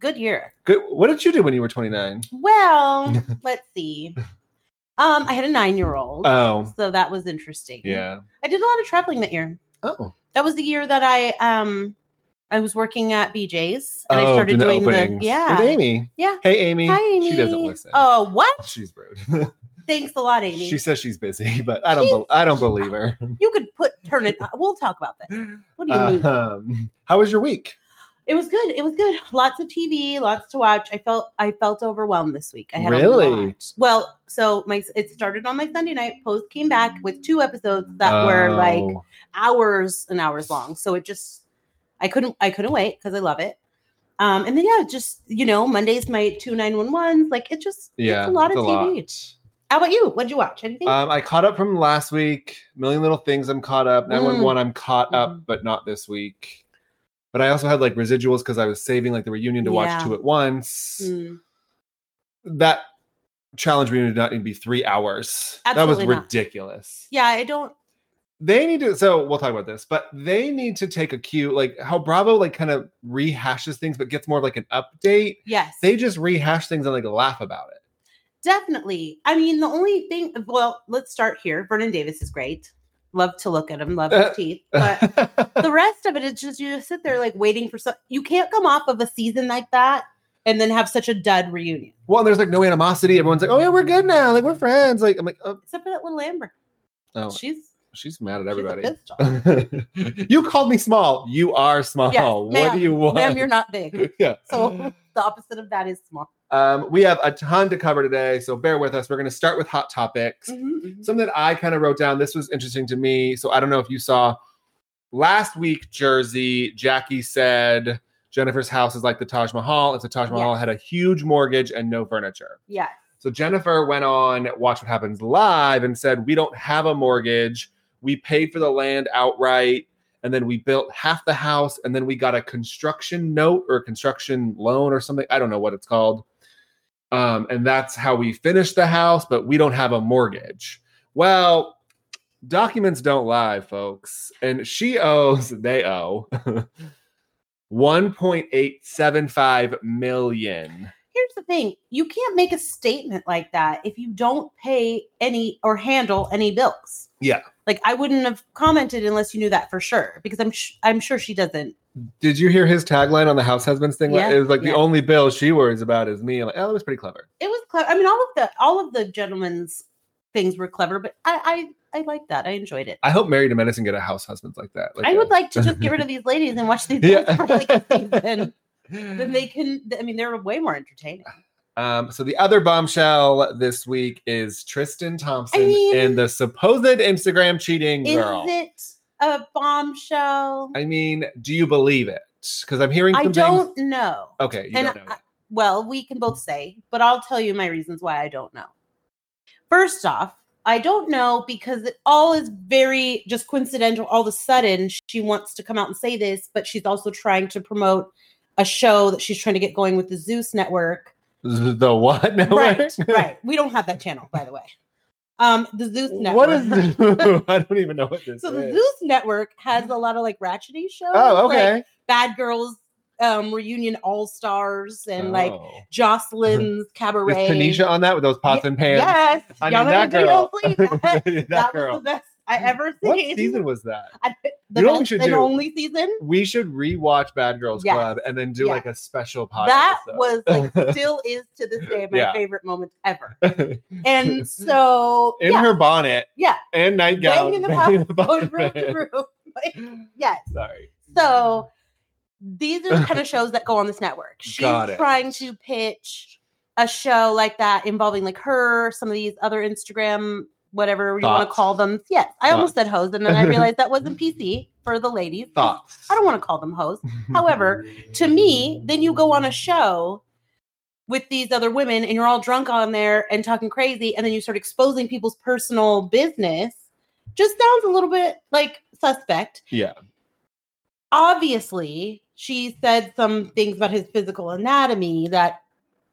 Good year. Good. What did you do when you were 29? Well, let's see. Um, I had a nine year old. Oh, so that was interesting. yeah. I did a lot of traveling that year. Oh. That was the year that I um I was working at BJ's and I oh, started did the doing openings the yeah. With Amy. Yeah. Hey, Amy. Hi, Amy. She doesn't listen. Oh, what? She's rude. Thanks a lot, Amy. she says she's busy, but I don't. She- bel I don't believe her. you could put turn it. We'll talk about that. What do you mean? Um, how was your week? It was good. It was good. Lots of TV, lots to watch. I felt I felt overwhelmed this week. I had Really? a lot. Well, so my it started on my Sunday night. Post came back with two episodes that were like Oh. hours and hours long. So it just I couldn't I couldn't wait because I love it. Um, and then yeah, just you know, Monday's my two nine one ones. Like it just yeah, it's a lot of it's TV. How about you? What'd you watch? Anything? Um, I caught up from last week. Million Little Things, I'm caught up. 911, I'm caught Mhm. up, but not this week. But I also had like residuals because I was saving like the reunion to Yeah. watch two at once. Mm, That challenge reunion did not need to be three hours. that Absolutely was not. ridiculous. Yeah, I don't. They need to. So we'll talk about this, but they need to take a cue, like how Bravo like kind of rehashes things, but gets more of, like an update. Yes, They just rehash things and like laugh about it. definitely. I mean, the only thing. Well, let's start here. Vernon Davis is great. Love to look at him. Love Uh, his teeth. But the rest of it is just you just sit there like waiting for some. You can't come off of a season like that and then have such a dud reunion. well, and there's like no animosity. Everyone's like, "Oh yeah, we're good now. Like we're friends." Like I'm like, "Oh, Except for that little Amber. oh She's She's mad at She's a everybody. pissed off. you called me small. You are small. Yes, what ma'am. do you want? Ma'am, you're not big. yeah. So the opposite of that is small. um, we have a ton to cover today, so bear with us. We're going to start with hot topics. Mm-hmm. Some that I kind of wrote down. This was interesting to me. So I don't know if you saw last week. Jersey Jackie said Jennifer's house is like the Taj Mahal. If the Taj Mahal had a huge mortgage and no furniture. Yeah. So Jennifer went on Watch What Happens Live and said, We don't have a mortgage. We paid for the land outright. And then we built half the house. And then we got a construction note or a construction loan or something. I don't know what it's called. Um, and that's how we finished the house, but we don't have a mortgage. Well, documents don't lie, folks. And she owes, they owe 1.875 million. Here's the thing you can't make a statement like that if you don't pay any or handle any bills. Yeah. Like I wouldn't have commented unless you knew that for sure because I'm sh- I'm sure she doesn't. Did you hear his tagline on the house husbands thing? Yeah, it was like yeah. the only bill she worries about is me. I'm like, oh, that was pretty clever. It was clever. I mean all of the all of the gentlemen's things were clever but I I I like that. I enjoyed it. I hope Married to Medicine get a house husbands like that. I would that. like to just get rid of these ladies and watch these Yeah. guys for like a season. Then they can I mean they're way more entertaining. Um, so the other bombshell this week is Tristan Thompson mean- and the supposed Instagram cheating Is girl. it a bombshell? I mean, do you believe it? Because I'm hearing I some things. don't know. Okay, you and don't know. I- well, we can both say, but I'll tell you my reasons why I don't know. First off, I don't know because it all is very just coincidental. All of a sudden, she wants to come out and say this, but she's also trying to promote a show that she's trying to get going with the Zeus Network. the what? network? Right, right. We don't have that channel, by the way. Um, the Zeus Network. What is? I don't even know what this so the is. Zeus Network has a lot of like ratchety shows. oh, like, okay. Bad Girls um, Reunion All Stars and like Oh. Jocelyn's Is Cabaret. Tanisha on that with those pots and pans? Yes, I y'all mean, that know girl. Tanisha Joplin. That, that, that was girl. the best I ever seen. What season was that? I, the You know what we best should and do? only season. We should rewatch Bad Girls Yes. Club and then do Yeah. like a special podcast. that episode. was like still is to this day my Yeah. favorite moment ever. And so in yeah, her bonnet yeah, and nightgown. banging the banging the going room bonnet. to room. Like, yes. Sorry. So these are the kind of shows that go on this network. She's Mm. Got it. trying to pitch a show like that involving like her, some of these other Instagram, whatever you want to Thoughts. call them. Yes, I almost said hoes, and then I realized that wasn't PC for the ladies. Thoughts. I don't want to call them hoes. However, to me, then you go on a show with these other women and you're all drunk on there and talking crazy and then you start exposing people's personal business just sounds a little bit like suspect. Yeah. Obviously, she said some things about his physical anatomy that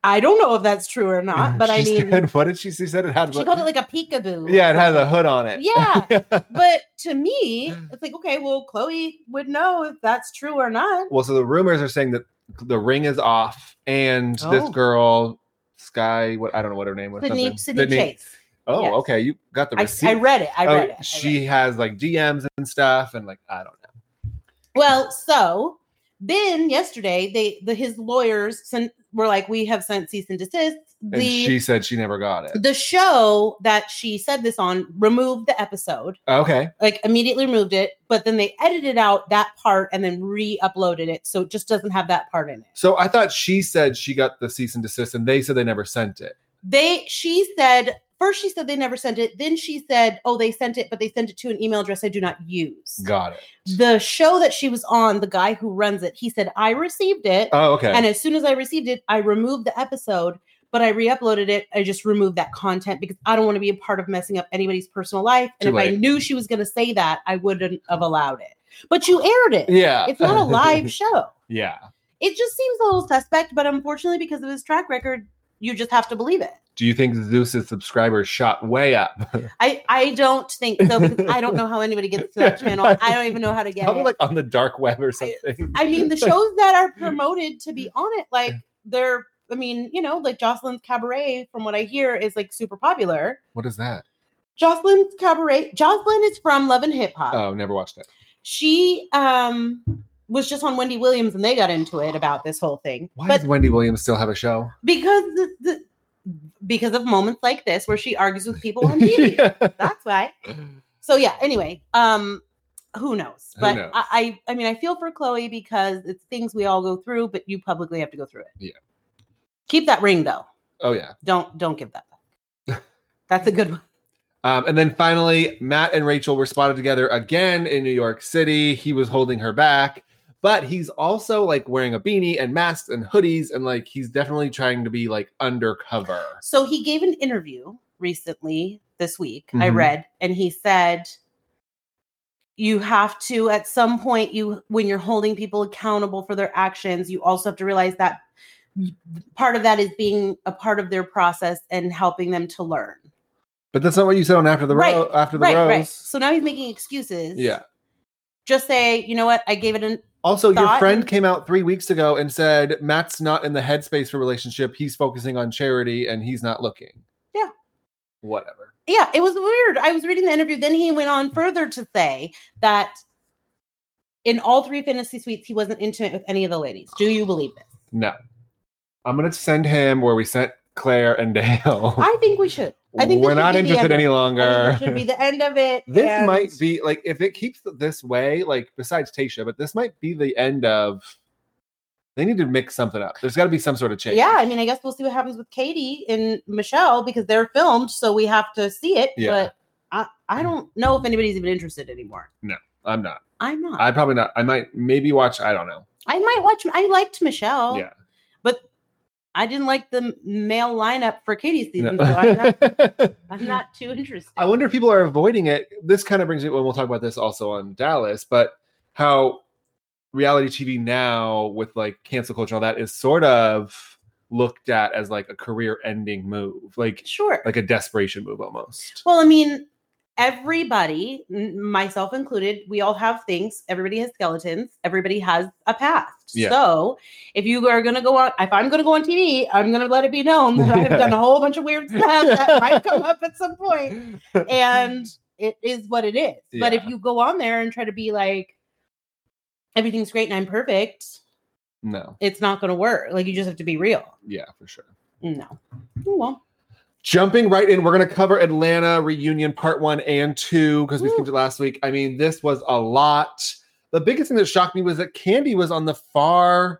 I don't know if that's true or not, but I She mean, said- what did she, she said? It had she called it like a peekaboo. or yeah, it had a something. hood on it. Yeah. But to me, Mm. it's like, okay, well, Chloe would know if that's true or not. Well, so the rumors are saying that the ring is off, and this Oh. girl, Sky, what I don't know what her name was. Sydney, something. Sydney Chase. Oh, yes. okay, you got the I, receipt. I read it. I Oh, read it. I read it. She has like DMs and stuff, and like I don't know. Well, so then yesterday, they the his lawyers sent, were like, we have sent cease and desist. The And she said she never got it. the show that she said this on removed the episode, Okay, like immediately removed it, but then they edited out that part and then re-uploaded it, so it just doesn't have that part in it. so I thought she said she got the cease and desist, and they said they never sent it. They she said first she said they never sent it, then she said, "Oh, they sent it, but they sent it to an email address I do not use." Got it. The show that she was on, the guy who runs it, he said, "I received it." Oh, okay. And as soon as I received it, I removed the episode, but I re-uploaded it. I just removed that content because I don't want to be a part of messing up anybody's personal life. And Too if I late. knew she was going to say that, I wouldn't have allowed it. But you aired it. yeah, It's not a live show. yeah. It just seems a little suspect, but unfortunately, because of his track record, you just have to believe it. Do you think Zeus's subscribers shot way up? I, I don't think so because I don't know how anybody gets to that channel. I don't even know how to get Probably it. like on the dark web or something. I mean, the shows that are promoted to be on it, like they're, I mean, you know, like Jocelyn's Cabaret, from what I hear, is like super popular. what is that? Jocelyn's Cabaret, Jocelyn is from Love and Hip Hop. Oh, never watched it. She um was just on Wendy Williams and they got into it about this whole thing. Why but does Wendy Williams still have a show? because the, the, because of moments like this where she argues with people on TV. That's why. So yeah, anyway, um who knows? Who But knows? I, I I mean I feel for Chloe because it's things we all go through, but you publicly have to go through it. Yeah. Keep that ring though. Oh yeah. Don't don't give that back. That's a good one. Um, and then finally, Matt and Rachel were spotted together again in New York City. He was holding her back, but he's also like wearing a beanie and masks and hoodies, and like he's definitely trying to be like undercover. So he gave an interview recently this week, I Mhm. read, and he said, You have to, at some point, you when you're holding people accountable for their actions, you also have to realize that part of that is being a part of their process and helping them to learn. But that's not what you said on after the Right, row after the right, rose. right. So now he's making excuses. Yeah. Just say, you know what? I gave it an Also, your Thought- friend came out three weeks ago and said Matt's not in the headspace for relationship. He's focusing on charity and he's not looking. Yeah. Whatever. yeah, it was weird. I was reading the interview. Then he went on further to say that in all three fantasy suites, he wasn't intimate with any of the ladies. Do you believe this? No. I'm gonna send him where we sent Claire and Dale. I think we should. I think this we're should not be the end interested of any it. I longer. think that should be the end of it. this and- might be like if it keeps this way, like besides Tasha, but this might be the end of. They need to mix something up. There's got to be some sort of change. Yeah, I mean, I guess we'll see what happens with Katie and Michelle because they're filmed, so we have to see it. Yeah. But I, I don't know if anybody's even interested anymore. I'm not. I'm not. I, I probably not. I might maybe watch. I don't know. might watch. I liked Michelle. yeah. I didn't like the male lineup for Katie's season, No. so I'm not, I'm not too interested. I wonder if people are avoiding it. This kind of brings me. Well, we'll talk about this also on Dallas, but how reality TV now with like cancel culture and all that is sort of looked at as like a career-ending move, like Sure. like a desperation move almost. Well, I mean, everybody, n- myself included, we all have things. Everybody has skeletons. Everybody has a past. Yeah. So if you are going to go on, if I'm going to go on TV, I'm going to let it be known that I've done a whole bunch of weird stuff that might come up at some point. And it is what it is. But if Yeah. you go on there and try to be like, everything's great and I'm perfect, no, it's not going to work. Like you just have to be real. yeah, for sure. No. Oh, well, Jumping right in, we're going to cover Atlanta reunion part one and two because we Woo. skipped it last week. I mean, this was a lot. The biggest thing that shocked me was that Candy was on the far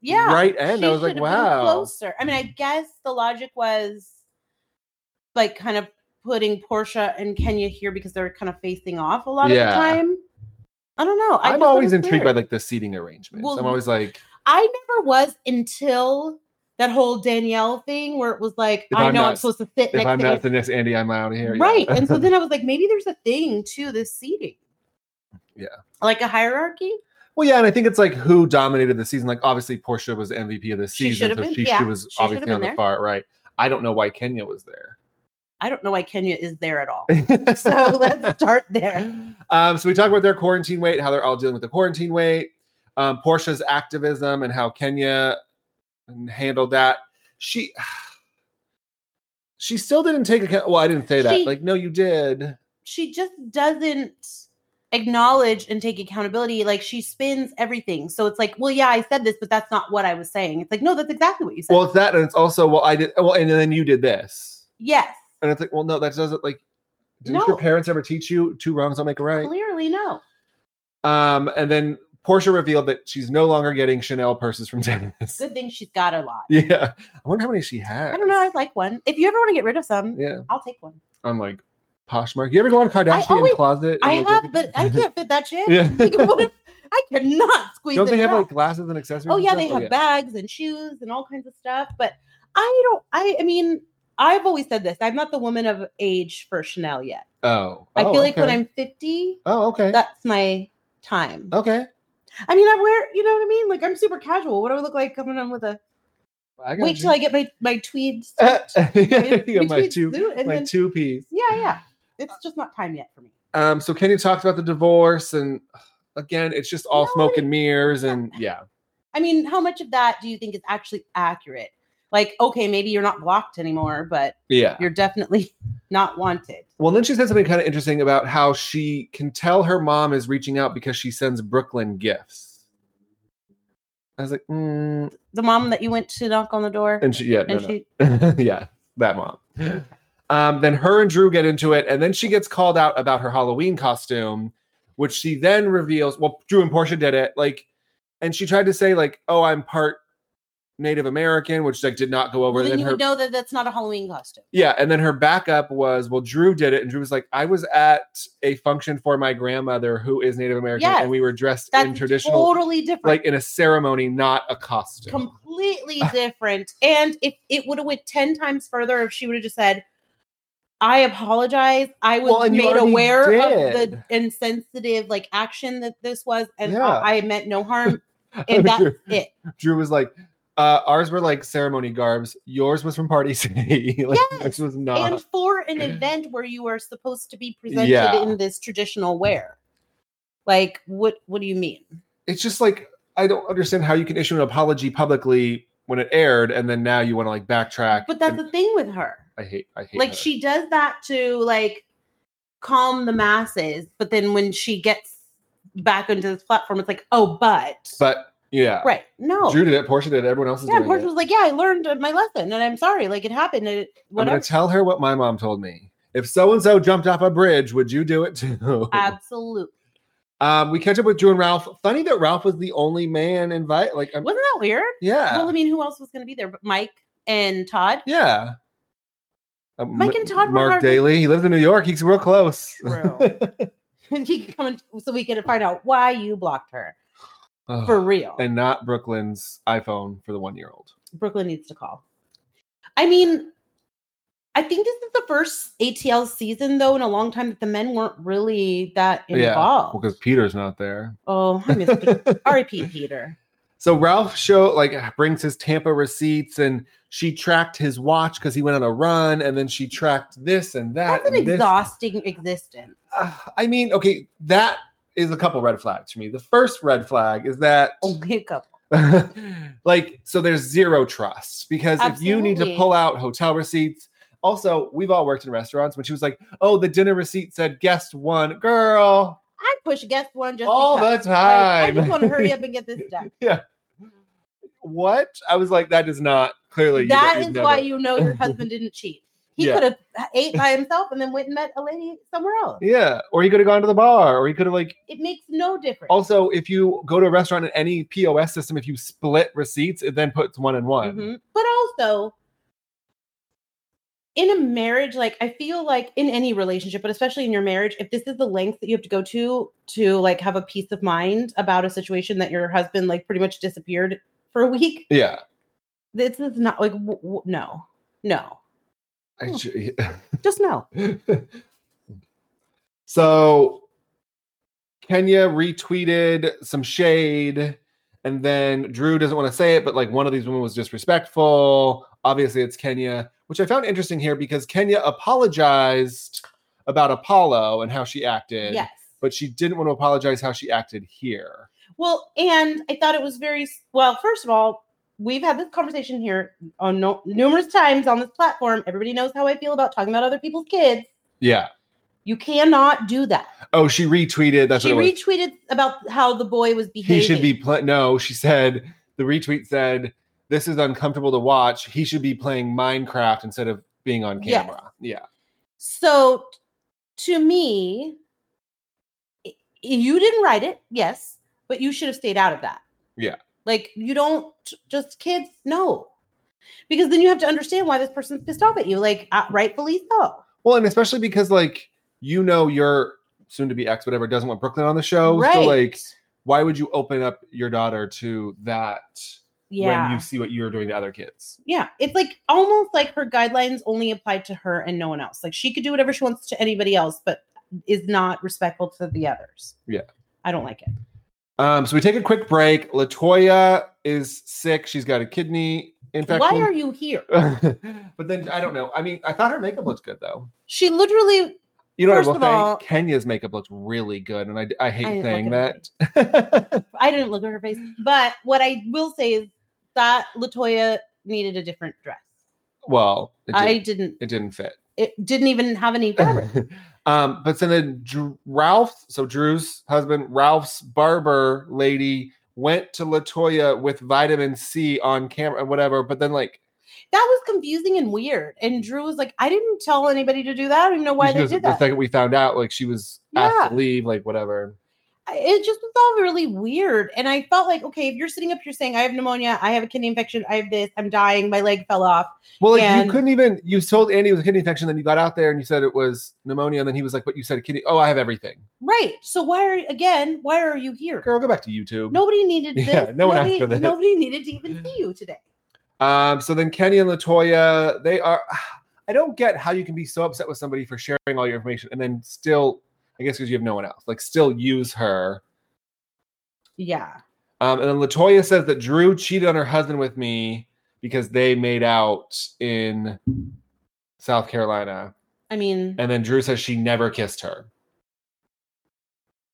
yeah. right end. I She was like, should've been wow. Closer. I mean, I guess the logic was like kind of putting Portia and Kenya here because they're kind of facing off a lot Yeah. of the time. I don't know. I I'm just thought it always was intrigued by weird. like the seating arrangements. Well, I'm always like, I never was until that whole Danielle thing where it was like, If I I'm know not- I'm supposed to sit If next I'm to not the next Andy, I'm out of here. Yeah. Right. And so then I was like, maybe there's a thing to this seating. Yeah. Like a hierarchy. Well, yeah, and I think it's like who dominated the season. Like obviously Portia was the MVP of the She season, should've so been- she, yeah, she was she should've obviously been on the there. far right. I don't know why Kenya was there. I don't know why Kenya is there at all. So let's start there. Um, so we talk about their quarantine weight, how they're all dealing with the quarantine weight, um, Portia's activism, and how Kenya handled that. She she still didn't take account. Well, I didn't say that. She- like, no, you did. She just doesn't acknowledge and take accountability. Like she spins everything. So it's like, well, yeah, I said this, but that's not what I was saying. It's like, no, that's exactly what you said. Well, it's that, and it's also well, I did. Well, and then you did this, yes. and it's like, well, no, that doesn't like. Didn't No. your parents ever teach you two wrongs don't make a right? Clearly, no. Um, and then Portia revealed that she's no longer getting Chanel purses from Dennis. Good thing she's got a lot. Yeah, I wonder how many she has. I don't know. I'd like one. If you ever want to get rid of some, Yeah, I'll take one. on like Poshmark. You ever go on Kardashian always- closet? and I look have, at- but I can't fit that shit. Yeah. Like, what if- I cannot squeeze Don't it they have up. like glasses and accessories? oh and yeah stuff? they have yeah. bags and shoes and all kinds of stuff but i don't i i mean i've always said this i'm not the woman of age for chanel yet Oh, i feel Oh, like when okay. i'm 50 Oh, okay. that's my time okay. i mean i wear you know what i mean like i'm super casual what do i look like coming on with a I got wait you. till i get my my tweed suit, yeah, my my tweed two, suit, and my then- two piece. yeah yeah it's just not time yet for me Um, so Kenny talks about the divorce, and again, it's just all No, smoke it- and mirrors, and yeah, i mean how much of that do you think is actually accurate like okay maybe you're not blocked anymore but yeah. you're definitely not wanted Well, then she said something kind of interesting about how she can tell her mom is reaching out because she sends Brooklyn gifts. I was like, mm. the mom that you went to knock on the door and she, yeah, no, and no. she yeah, that mom. Um, then her and Drew get into it, and then she gets called out about her Halloween costume, which she then reveals. Well, Drew and Portia did it, like, and she tried to say like, "Oh, I'm part Native American," which like did not go over. Well, and then then you her, would know that that's not a Halloween costume. yeah, and then her backup was, "Well, Drew did it," and Drew was like, "I was at a function for my grandmother who is Native American, Yes. and we were dressed That's in traditional, totally different. like in a ceremony, not a costume." completely different. And if it would have went ten times further, if she would have just said, "I apologize," I was Well, and you made already aware of did. the insensitive like action that this was, and Yeah. I, I meant no harm. mean, And that's you're- it. Drew was like, uh, ours were like ceremony garbs. Yours was from Party City. like, this was not. and for an event where you are supposed to be presented Yeah. in this traditional wear, like what? What do you mean? it's just like I don't understand how you can issue an apology publicly when it aired, and then now you want to like backtrack. But that's and the thing with her. I hate. I hate. like her. she does that to like calm the masses but then when she gets back onto this platform it's like oh but, But yeah, right no Drew did it. Portia did it. Everyone else is yeah doing Portia it. was like yeah i learned my lesson and i'm sorry like it happened and it, I'm whatever gonna tell her what my mom told me. If so and so jumped off a bridge, would you do it too? Uh, absolutely um, we catch up with Drew and Ralph. Funny that Ralph was the only man invite. Like, I'm, wasn't that weird yeah, well i mean who else was going to be there but mike and todd yeah. Uh, Mike and Todd were Mark hardly- Daly. He lives in New York. He's real close. True. and he could come in so we could find out why you blocked her Ugh. for real and not Brooklyn's iPhone for the one year old. Brooklyn needs to call. I mean, I think this is the first ATL season though in a long time that the men weren't really that Yeah, involved. Because Peter's not there. oh, I miss Peter. R.I.P. Peter. so Ralph show like brings his Tampa receipts and she tracked his watch because he went on a run and then she tracked this and that. That's an and this. exhausting existence. Uh, I mean, okay, that is a couple red flags for me. The first red flag is that Only a couple. like so there's zero trust because if you need to Absolutely. pull out hotel receipts also we've all worked in restaurants when she was like oh the dinner receipt said guest one girl I push guest one just all because. the Like, time I just want to hurry up and get this done. what i was like that is not clearly you- that you'd is why never- you know your husband didn't cheat. He Yeah. could have ate by himself and then went and met a lady somewhere else. yeah or he could have gone to the bar or he could have like It makes no difference. also if you go to a restaurant in any pos system if you split receipts it then puts one and one Mhm. But also, in a marriage, like I feel like in any relationship, but especially in your marriage, if this is the length that you have to go to to like have a peace of mind about a situation that your husband like pretty much disappeared for a week, yeah This is not like w- w- no, no, I Oh. ju- just no. so Kenya retweeted some shade, and then Drew doesn't want to say it, but like one of these women was disrespectful. Obviously, it's Kenya, which I found interesting here because Kenya apologized about Apollo and how she acted, Yes. but she didn't want to apologize how she acted here. Well, and I thought it was very s- well. First of all, we've had this conversation here on no, numerous times on this platform. Everybody knows how I feel about talking about other people's kids. Yeah. You cannot do that. Oh, she retweeted. That's she what it was. retweeted about how the boy was behaving. he should be playing. No, she said the retweet said this is uncomfortable to watch. He should be playing Minecraft instead of being on Yes. camera. Yeah, So, to me, i- you didn't write it, yes, but you should have stayed out of that. Yeah. Like, you don't just kids, no. Because then you have to understand why this person's pissed off at you, like, uh, rightfully so. Well, and especially because like you know your soon to be ex whatever doesn't want Brooklyn on the show. Oh, So like, why would you open up your daughter to that yeah. when you see what you're doing to other kids? yeah. It's like almost like her guidelines only apply to her and no one else. Like, she could do whatever she wants to anybody else, but is not respectful to the others. Yeah. I don't like it. Um, so we take a quick break. Latoya is sick. She's got a kidney infection. why are you here? but then I don't know. I mean, I thought her makeup looked good though. She literally You know First what I will of say? all- Kenya's makeup looked really good, and I, I hate I didn't saying look at her that. yeah, I didn't look at her face, but what I will say is that Latoya needed a different dress. well, it, did, Uh-huh. I didn't. it didn't fit. It didn't even have any fabric. um, but so then Dr- Ralph, so Drew's husband, Ralph's barber lady went to Latoya with vitamin C on camera, whatever. But then like that was confusing and weird. And Drew was like, "I didn't tell anybody to do that. I don't know why she they was- did the that." second we found out, like she was asked to leave, like whatever. I- it just was all really weird. And I felt like, okay, if you're sitting up here saying, "I have pneumonia. I have a kidney infection. I have this. I'm dying. My leg fell off." Well, like And- you couldn't even. You told Andy it was a kidney infection, then you got out there and you said it was pneumonia, and then he was like, "But you said kidney. Oh, I have everything, Right. So why are again? Why are you here? girl. Go back to YouTube." Nobody needed this. Yeah, no one asked nobody, for this. nobody needed to even see you today. Um, so then Kenny and Latoya, they are. I don't get how you can be so upset with somebody for sharing all your information and then still, I guess, because you have no one else, like still use her. Yeah. Um, and then Latoya says that Drew cheated on her husband with me because they made out in South Carolina. I mean, And then Drew says she never kissed her.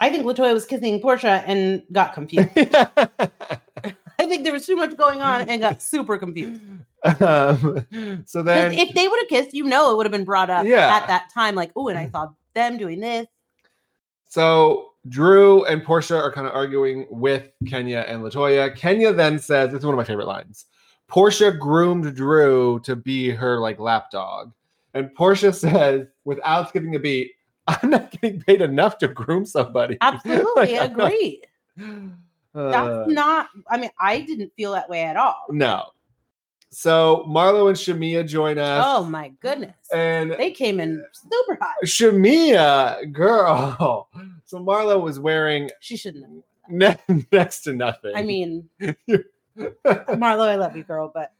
I think Latoya was kissing Portia and got confused. I think there was too much going on and got super confused. um, so 'Cause then, if they would have kissed, you know, it would have been brought up Yeah. at that time. Like, oh, and I saw them doing this. So Drew and Portia are kind of arguing with Kenya and Latoya. Kenya then says, "This is one of my favorite lines." Portia groomed Drew to be her like lapdog, and Portia says, without skipping a beat, "I'm not getting paid enough to groom somebody." Absolutely Like, agree. That's uh, not. I mean, I didn't feel that way at all. no. So Marlo and Shamia join us, Oh my goodness, and they came in super hot. Shamia, girl. So Marlo was wearing She shouldn't. have. ne- next to nothing. I mean, Marlo, I love you, girl, but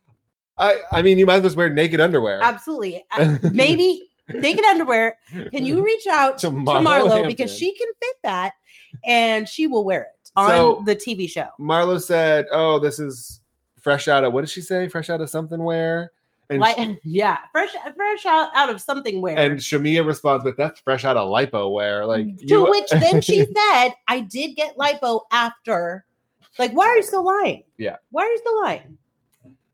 I, I mean, you might as well wear naked underwear. absolutely, I- maybe naked underwear. Can you reach out to to Marlo because Hampton. she can fit that and she will wear it on So- the TV show. Marlo said, "Oh, this is fresh out of what did she say? Fresh out of something wear." And Like, yeah, fresh, fresh out, out of something where. and Shamia responds with, "That's fresh out of lipo wear." Like Mm. to which then she said, "I did get lipo after." Like, why are you still lying? Yeah. why are you still lying?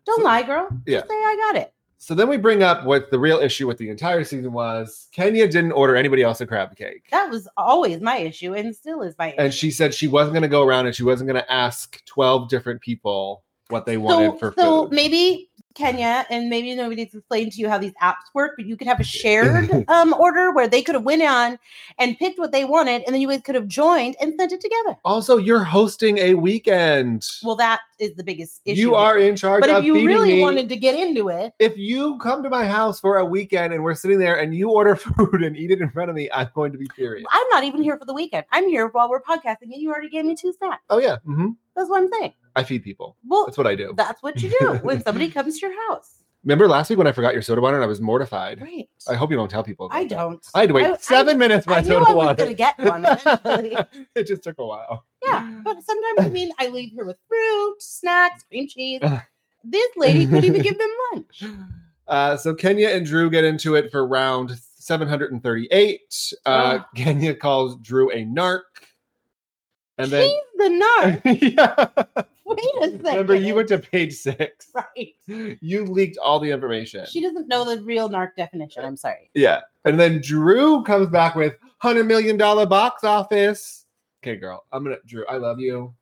Don't So- lie, girl. yeah. Just say I got it. So then we bring up what the real issue with the entire season was. Kenya didn't order anybody else a crab cake, That was always my issue and still is my issue. and she said she wasn't going to go around and she wasn't going to ask twelve different people what they wanted so, for so food. maybe Kenya and maybe nobody needs to explain to you how these apps work, but you could have a shared um, order where they could have went on and picked what they wanted, and then you guys could have joined and sent it together. Also, you're hosting a weekend. Well, that is the biggest issue. you are here. in charge. but of if you feeding really me. wanted to get into it, if you come to my house for a weekend and we're sitting there and you order food and eat it in front of me, I'm going to be furious. I'm not even here for the weekend. I'm here while we're podcasting, and you already gave me two snacks. Oh yeah, hmm That's what I'm saying. I feed people. Well, That's what I do. that's what you do when somebody comes to your house. Remember last week when I forgot your soda water and I was mortified. Right. I hope you don't tell people. I about that. don't. I had to wait I- seven minutes for my I knew soda I was water. going to get one eventually. it just took a while. Yeah, but sometimes I mean, I leave her with fruit, snacks, cream cheese. Uh-huh. This lady couldn't even give them lunch. Uh, so Kenya and Drew get into it for round 738. Uh, Ah. Kenya calls Drew a narc. And then, She's the narc. yeah. Wait a second. remember, you went to page six. right. You leaked all the information. She doesn't know the real narc definition. I'm sorry. yeah. And then Drew comes back with $100 million box office. Okay, girl. I'm going to, Drew, I love you.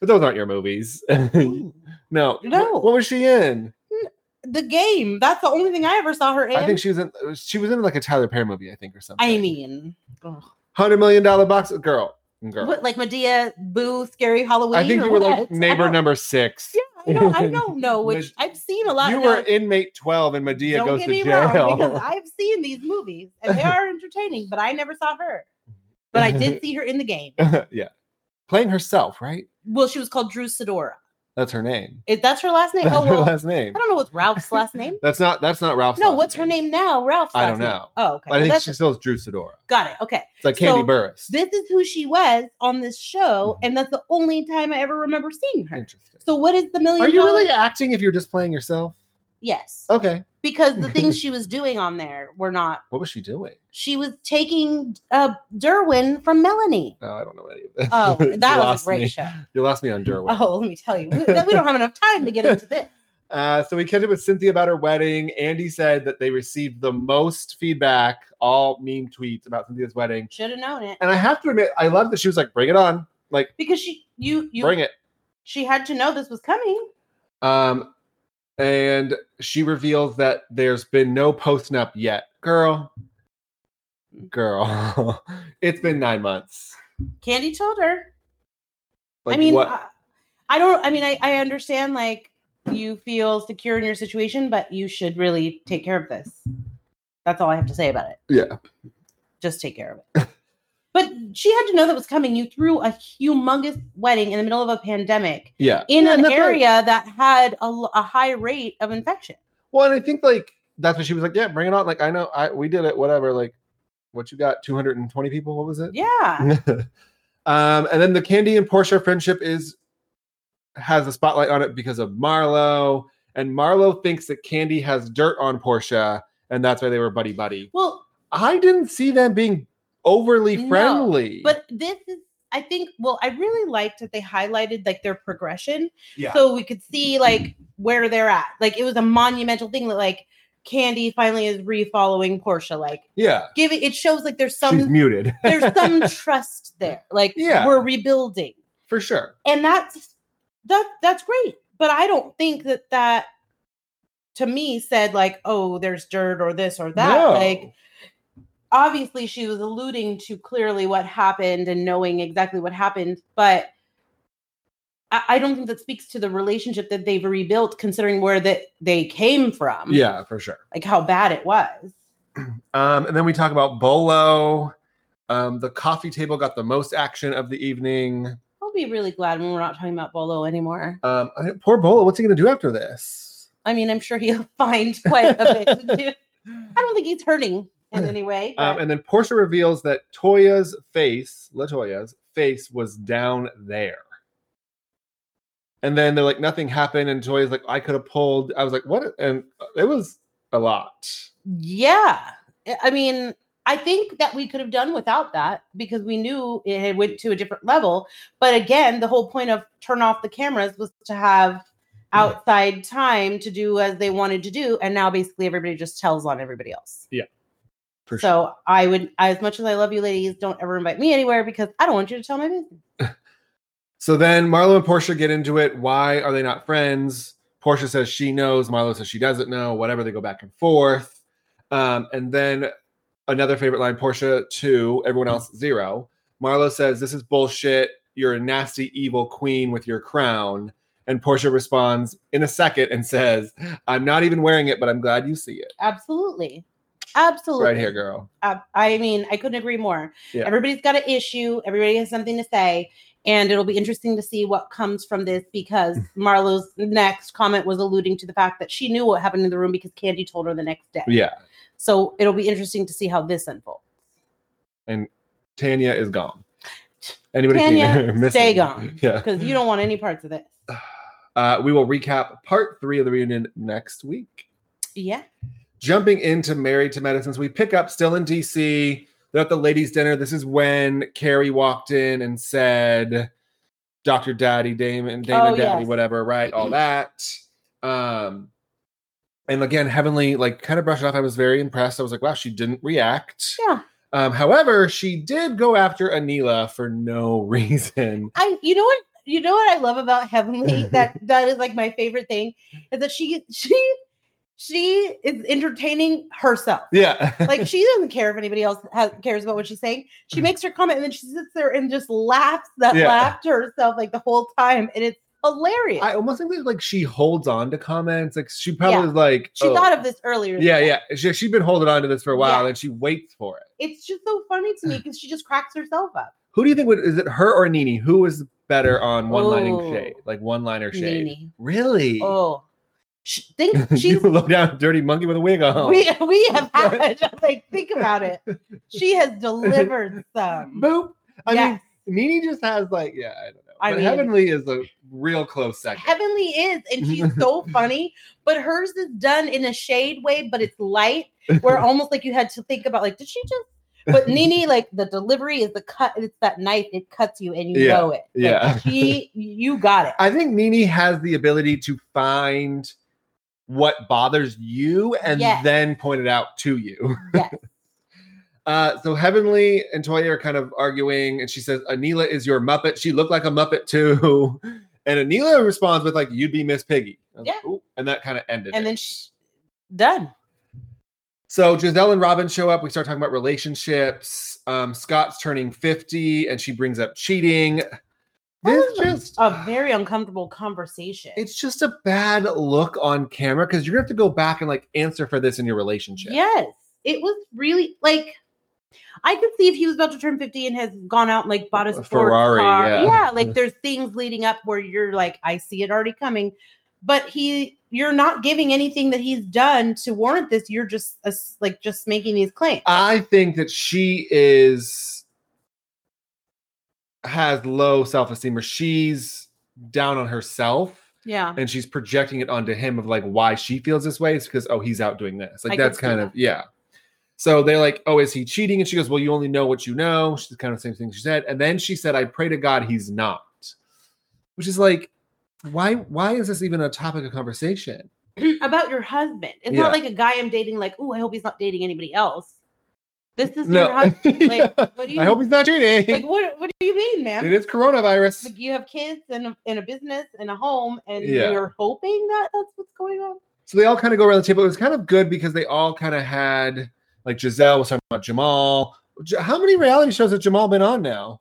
But those aren't your movies. no. No. What was she in? The game. That's the only thing I ever saw her in. I think she was in, she was in like a Tyler Perry movie, I think, or something. I mean, ugh. hundred million dollar box girl girl what, like Medea, Boo, Scary Halloween. i think or you were like what? I neighbor don't- number six Yeah, I don't, I don't know which Med- I've seen a lot. you no, were inmate 12 and medea don't goes get to me wrong because jail I've seen these movies and they are entertaining, but I never saw her. But I did see her in the game. yeah playing herself right Well, she was called Drew Sidora. that's her name If that's her last name. that's Oh, her well, last name I don't know what's Ralph's last name. that's not that's not ralph No, what's her name now? Ralph's. I don't last name. know. Oh, okay. i Well, think that's she still is drew sidora got it. Okay. it's like candy So, burris This is who she was on this Mhm. show, and that's the only time I ever remember seeing her. interesting So what is the million? are you dollar- really acting if you're just playing yourself Yes. okay Because the things she was doing on there were not. what was she doing She was taking uh Derwin from Melanie. no i don't know any of this Oh, You that was a lost great me. show. you lost me on derwin Oh, let me tell you, we, we don't have enough time to get into this. Uh, so we catch up with Cynthia about her wedding. Andy said that they received the most feedback, all meme tweets about Cynthia's wedding. Should have known it And I have to admit, I love that she was like, "Bring it on, like because she, you, you, bring it." she had to know this was coming. Um, and she reveals that there's been no posting up yet, girl. Girl, it's been nine months. Candy told her. Like I mean, what? I, I don't. I mean, I, I understand like you feel secure in your situation, but you should really take care of this. That's all I have to say about it. Yeah. Just take care of it. but she had to know that was coming. You threw a humongous wedding in the middle of a pandemic yeah. in Yeah, and an that's right. area that had a, l- a high rate of infection. Well, and I think like that's what she was like. Yeah, bring it on. Like I know, I we did it. Whatever. Like, what you got? Two hundred and twenty people. What was it? Yeah. um, and then the Candy and Portia friendship is has a spotlight on it because of Marlo, and Marlo thinks that Candy has dirt on Portia, and that's why they were buddy buddy. Well, I didn't see them being overly No, friendly, but this is. I think well I really liked that they highlighted like their progression yeah, so we could see like where they're at. Like it was a monumental thing that like Candy finally is re-following Portia. Like yeah, giving it shows like there's she's some muted there's some trust there. Like Yeah. we're rebuilding, for sure. and that's that that's great. But I don't think that that to me said like oh there's dirt or this or that. No. Like obviously she was alluding to clearly what happened and knowing exactly what happened, but I, I don't think that speaks to the relationship that they've rebuilt, considering where that they came from. yeah, for sure. like how bad it was. Um, and then we talk about Bolo. Um, the coffee table got the most action of the evening. I'll be really glad when we're not talking about Bolo anymore. Um, I- poor Bolo, what's he gonna do after this? I mean, I'm sure he'll find quite a bit to do. I don't think he's hurting in any way. Um, but- and then Portia reveals that Toya's face, Latoya's face, was down there. And then they're like, nothing happened. And Toya's like, I could have pulled. I was like, what? And it was a lot. yeah, I- I mean, I think that we could have done without that because we knew it had went to a different level. But again, the whole point of turn off the cameras was to have outside time to do as they wanted to do, and now basically everybody just tells on everybody else. For so I would, as much as I love you, ladies, don't ever invite me anywhere because I don't want you to tell my business. So then Marlo and Portia get into it. Why are they not friends? Portia says she knows. Marlo says she doesn't know. Whatever. They go back and forth. Um, and then another favorite line Portia, two, everyone else, zero. Marlo says, This is bullshit. You're a nasty, evil queen with your crown. And Portia responds in a second and says, I'm not even wearing it, but I'm glad you see it. Absolutely. Absolutely. Right here, girl. Uh, I mean, I couldn't agree more. Yeah. Everybody's got an issue. Everybody has something to say. And it'll be interesting to see what comes from this because Mm. Marlo's next comment was alluding to the fact that she knew what happened in the room because Candy told her the next day. Yeah. So it'll be interesting to see how this unfolds. Tanya is gone. Anybody Tanya, missing? stay gone. Yeah. Because you don't want any parts of this. Uh, we will recap part three of the reunion next week. Yeah. Jumping into Married to Medicines, we pick up still in DC. They're at the ladies' dinner. This is when Carrie walked in and said, Dr. Daddy, Damon, Damon Oh, Daddy, yes. whatever, right? All that. Um, and again, Heavenly, like, kind of brushed it off. I was very impressed. I was like, wow, she didn't react. Yeah. Um, however, she did go after Anila for no reason. I you know what you know what I love about Heavenly that that is like my favorite thing is that she she she is entertaining herself. Yeah. Like she doesn't care if anybody else has, cares about what she's saying. She makes her comment and then she sits there and just laughs that Mm-hmm. Yeah. laugh to herself like the whole time, and it's hilarious. I almost think that like she holds on to comments. Like she probably Yeah. was like she oh. thought of this earlier. than Yeah, that. yeah. She, she's been holding on to this for a while, Yeah. and she waits for it. It's just so funny to me because she just cracks herself up. Who do you think would is it her or Nini? Who is better on one lining Oh. shade, like one liner shade? Nene. Really? Oh, she, think you she's low down dirty monkey with a wig on. we we have had like think about it. She has delivered some. Boop. I Yes. mean, Nini just has like yeah, I don't know. I but mean- Heavenly is a real close second. Heavenly is, and she's so funny, but hers is done in a shade way, but it's light, where almost like you had to think about like, did she just? But Nini, like the delivery is the cut. It's that knife. It cuts you, and you Yeah, know it. Like, yeah. she, you got it. I think Nini has the ability to find what bothers you and Yes. then point it out to you. Yes. uh, so Heavenly and Toya are kind of arguing, and she says, Anila is your Muppet. She looked like a Muppet too. And Anila responds with, like, you'd be Miss Piggy. I was like, "Ooh," and that kind of ended. And it. then she, done. So Giselle and Robin show up. We start talking about relationships. Um, Scott's turning 50, and she brings up cheating. This That was just A very uncomfortable conversation. it's just a bad look on camera because you're gonna have to go back and like answer for this in your relationship. Yes, it was really like I could see if he was about to turn 50 and has gone out and like bought a A sports Ferrari, car. yeah. like there's things leading up where you're like, I see it already coming, but he, you're not giving anything that he's done to warrant this. You're just uh, like just making these claims. I think that she is has low self esteem or she's down on herself yeah, and she's projecting it onto him of like why she feels this way is because oh he's out doing this like I can that's see kind of yeah so they're like oh is he cheating and she goes well you only know what you know she's kind of the same thing she said and then she said i pray to god he's not which is like why why is this even a topic of conversation about your husband. It's Yeah. not like a guy I'm dating. Like, oh, I hope he's not dating anybody else. This is no your husband. Like, what do you? i hope he's not cheating like, what? What do you mean, man? it is coronavirus Like you have kids and a, and a business and a home, and Yeah. you're hoping that that's what's going on. so they all kind of go around the table it was kind of good because they all kind of had like giselle was talking about jamal J- how many reality shows has jamal been on now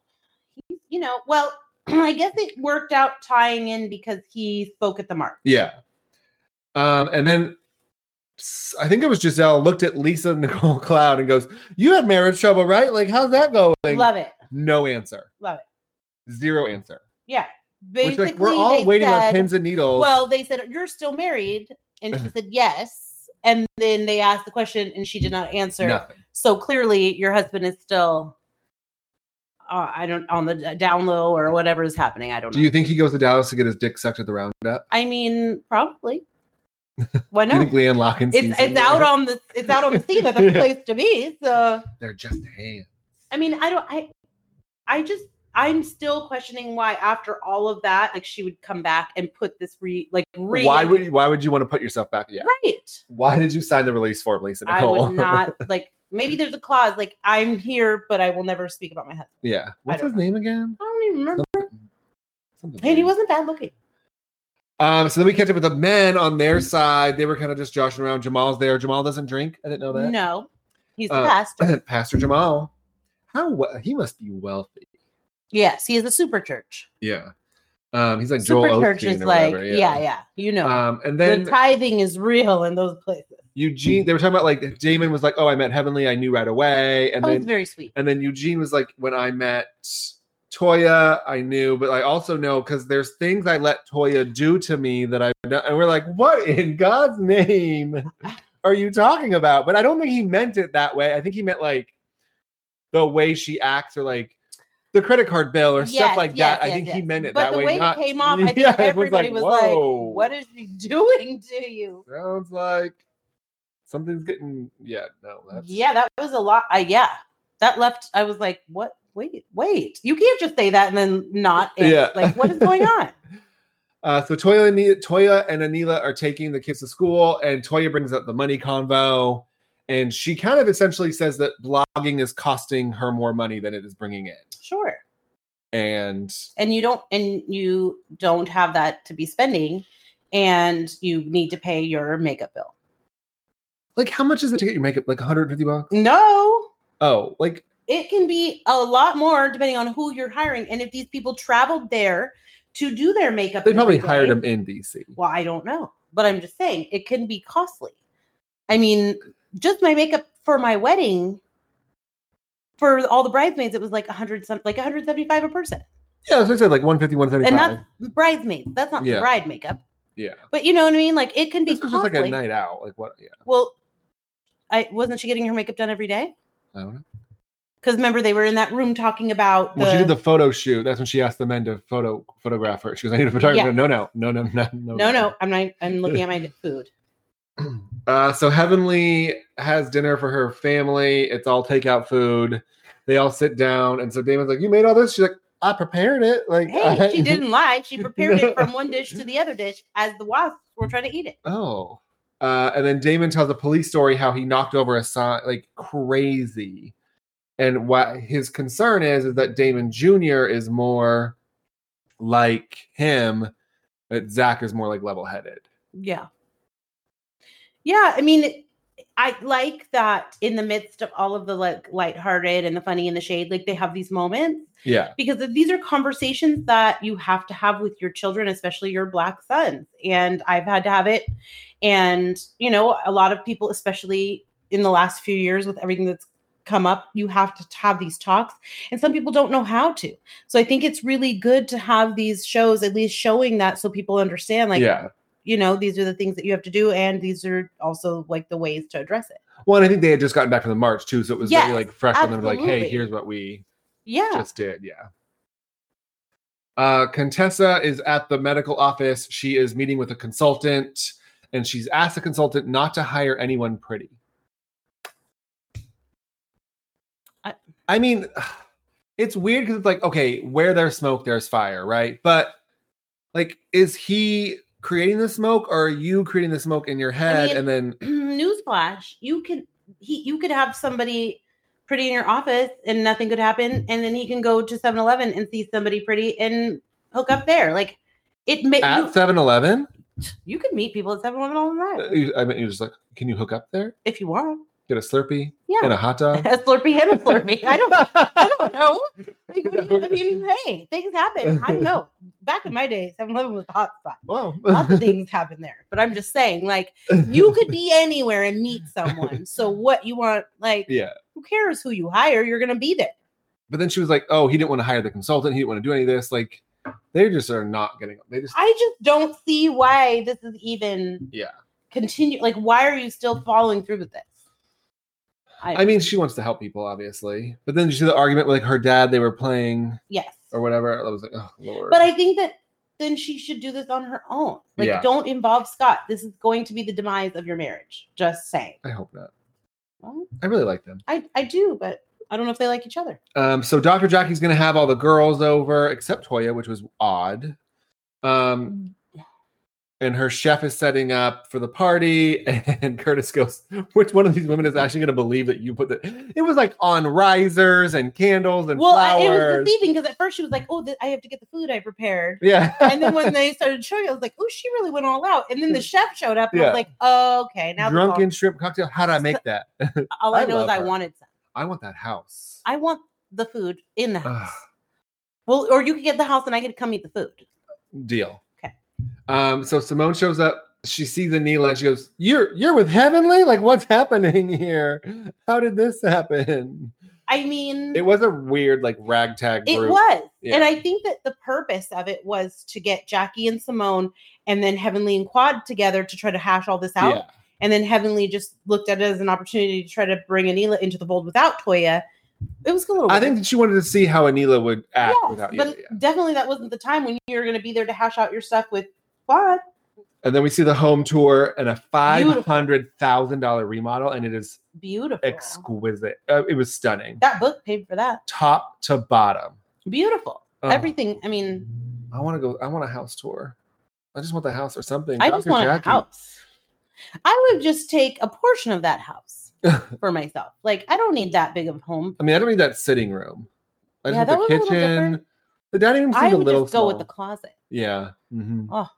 You know, well, I guess it worked out tying in because he spoke at the mark. Yeah. Um, and then s- I think it was Giselle looked at Lisa Nicole Cloud and goes, You had marriage trouble, right? Like, how's that going? Love it. no answer. Love Zero answer. Yeah. Which, Basically, like, we're all they waiting on said- pins and needles. Well, they said, You're still married. And she said, Yes. And then they asked the question and she did not answer. nothing. So clearly, your husband is still. Uh, I don't on the d- down low or whatever is happening. I don't know. Do you think he goes to Dallas to get his dick sucked at the roundup? I mean, probably. Why Do you not? think Leanne Lockins? it's it's out on the it's out on the scene. That's a Yeah. place to be. So They're just hands. I mean, I don't I I just I'm still questioning why after all of that, like she would come back and put this re like re Why would you, why would you want to put yourself back? Yeah. right? Why did you sign the release form, Lisa I Nicole? would not like maybe there's a clause like I'm here, but I will never speak about my husband. yeah. What's don't his name again? I don't even remember. Something And he weird. wasn't bad looking. Um, so then we catch up with the men on their side. They were kind of just joshing around. Jamal's there. Jamal doesn't drink. I didn't know that. No, he's Uh, the best. Pastor Jamal. How we- he must be wealthy. Yes, he is a super church. Yeah. Um, he's like Super Joel church Osteen is or like whatever. yeah. yeah, You know, Um, and the then tithing is real in those places. Eugene. They were talking about like Damon was like, "Oh, I met Heavenly. I knew right away." And That was then very sweet. and then Eugene was like, "When I met Toya, I knew, but I also know because there's things I let Toya do to me that I done. and we're like, what in God's name are you talking about? But I don't think he meant it that way. I think he meant like the way she acts or like the credit card bill or stuff Yes, like yes, that. I yes, think he yes. meant it but that the way, way. not- it came off, I think Yeah, it everybody was like, "Whoa." "What is she doing to you?" Sounds like something's getting. Yeah, no, that's Yeah, that was a lot. I, yeah, that left. I was like, "What? Wait, wait! You can't just say that and then not. It. Yeah. like what is going on?" Uh, so Toya, and Ni- Toya and Anila are taking the kids to school, and Toya brings up the money convo, and she kind of essentially says that blogging is costing her more money than it is bringing in, sure, and and you don't, and you don't have that to be spending, and you need to pay your makeup bill. like how much is it to get your makeup? Like 150 bucks? No, Oh, like it can be a lot more depending on who you're hiring, and if these people traveled there to do their makeup, they every probably hired day- him in DC. Well, I don't know, but I'm just saying it can be costly. I mean, just my makeup for my wedding for all the bridesmaids, it was like 100 some, like 175 a person, Yeah, that's what I said, like 150, and 175. that's bridesmaids. That's not Yeah. the bride makeup, Yeah, but you know what I mean. Like it can be this was just costly. like a night out. Like what? Yeah, well, I wasn't she getting her makeup done every day? I don't know. Because remember they were in that room talking about the, Well, she did the photo shoot. That's when she asked the men to photo photograph her. She goes, "I need a photographer." Yeah. No, no, no, no, no, no, no, no. I'm not. I'm looking at my food. Uh, so Heavenly has dinner for her family. It's all takeout food. They all sit down, and so Damon's like, "You made all this?" She's like, "I prepared it." Like, Hey, I- she didn't lie. She prepared it from one dish to the other dish as the wasps were trying to eat it. Oh, uh, and then Damon tells a police story how he knocked over a sign like crazy, and what his concern is is that Damon Jr. is more like him, but Zach is more like level-headed. Yeah. Yeah, I mean, it- I like that in the midst of all of the like lighthearted and the funny and the shade, like they have these moments Yeah, because these are conversations that you have to have with your children, especially your black sons. And I've had to have it. And, you know, a lot of people, especially in the last few years with everything that's come up, you have to have these talks. And some people don't know how to. So I think it's really good to have these shows, at least showing that so people understand, like, yeah. you know, these are the things that you have to do, and these are also like the ways to address it. Well, and I think they had just gotten back from the march too, so it was Yes, very like fresh on them. Like, hey, absolutely. here's what we Yeah. just did. Yeah. Uh, Contessa is at the medical office. She is meeting with a consultant, and she's asked the consultant not to hire anyone pretty. I- I mean, it's weird because it's like, okay, where there's smoke, there's fire, right? But like, is he creating the smoke, or are you creating the smoke in your head? mean- and then, Newsflash: You can he you could have somebody pretty in your office, and nothing could happen, and then he can go to 7-Eleven and see somebody pretty and hook up there. Like it may at you, 7 Eleven, you can meet people at 7-Eleven all the Uh, time you- I mean, you're just like, can you hook up there? if you want. Get a Slurpee Yeah. and a hot dog. a Slurpee and a Slurpee. I don't. I don't know. Like, what do you- I mean, hey, things happen. I don't know. Back in my day, 7-Eleven was a hot spot. Wow. Lots of things happen there. But I'm just saying, like, you could be anywhere and meet someone. So what you want, like, yeah. who cares who you hire? You're gonna be there. But then she was like, oh, he didn't want to hire the consultant. He didn't want to do any of this. Like, they just are not getting. They just. I just don't see why this is even Yeah. continue. Like, why are you still following through with this? I mean, she wants to help people, obviously. But then she the argument with like her dad. They were playing yes, or whatever. I was like, oh lord. but I think that then she should do this on her own. Like, Yeah. don't involve Scott. This is going to be the demise of your marriage. Just saying. I hope not. Well, I really like them. I I do, but I don't know if they like each other. Um, so Dr. Jackie's gonna have all the girls over except Toya, which was odd. Um, and her chef is setting up for the party and curtis goes which one of these women is actually going to believe that you put the it was like on risers and candles and Well, I, it was flowers deceiving because at first she was like, "Oh, th- I have to get the food I prepared." yeah and then when they started showing, I was like, "Oh, she really went all out." And then the chef showed up, and I Yeah. was like, "Oh, okay, now that's all- drunken shrimp cocktail how did i make that all, I, I know is love I her. wanted some. i want that house I want the food in the house. Ugh, well, or you could get the house, and I could come eat the food. deal Okay. um so simone shows up she sees Anila and she goes, "You're you're with Heavenly? Like what's happening here? How did this happen?" I mean, It was a weird like ragtag It group. was. Yeah. And I think that the purpose of it was to get Jackie and Simone and then Heavenly and Quad together to try to hash all this out. Yeah. And then Heavenly just looked at it as an opportunity to try to bring Anila into the fold without Toya. It was a little I weird. think that she wanted to see how Anila would act Yes, without you. but definitely that wasn't the time when you were going to be there to hash out your stuff with Quad. And then we see the home tour and a five hundred thousand dollar remodel, and it is Beautiful. exquisite. Uh, it was stunning, that book paid for that. top to bottom. Beautiful. Oh, Everything. I mean, I want to go. I want a house tour. I just want the house or something. I just Dr. want Jackie. a house. I would just take a portion of that house for myself. Like, I don't need that big of a home. I mean, I don't need that sitting room. I Yeah, just want the that was a little kitchen. different. The dining room seemed I a would little just go with small. the closet. Yeah. mhm. Oh.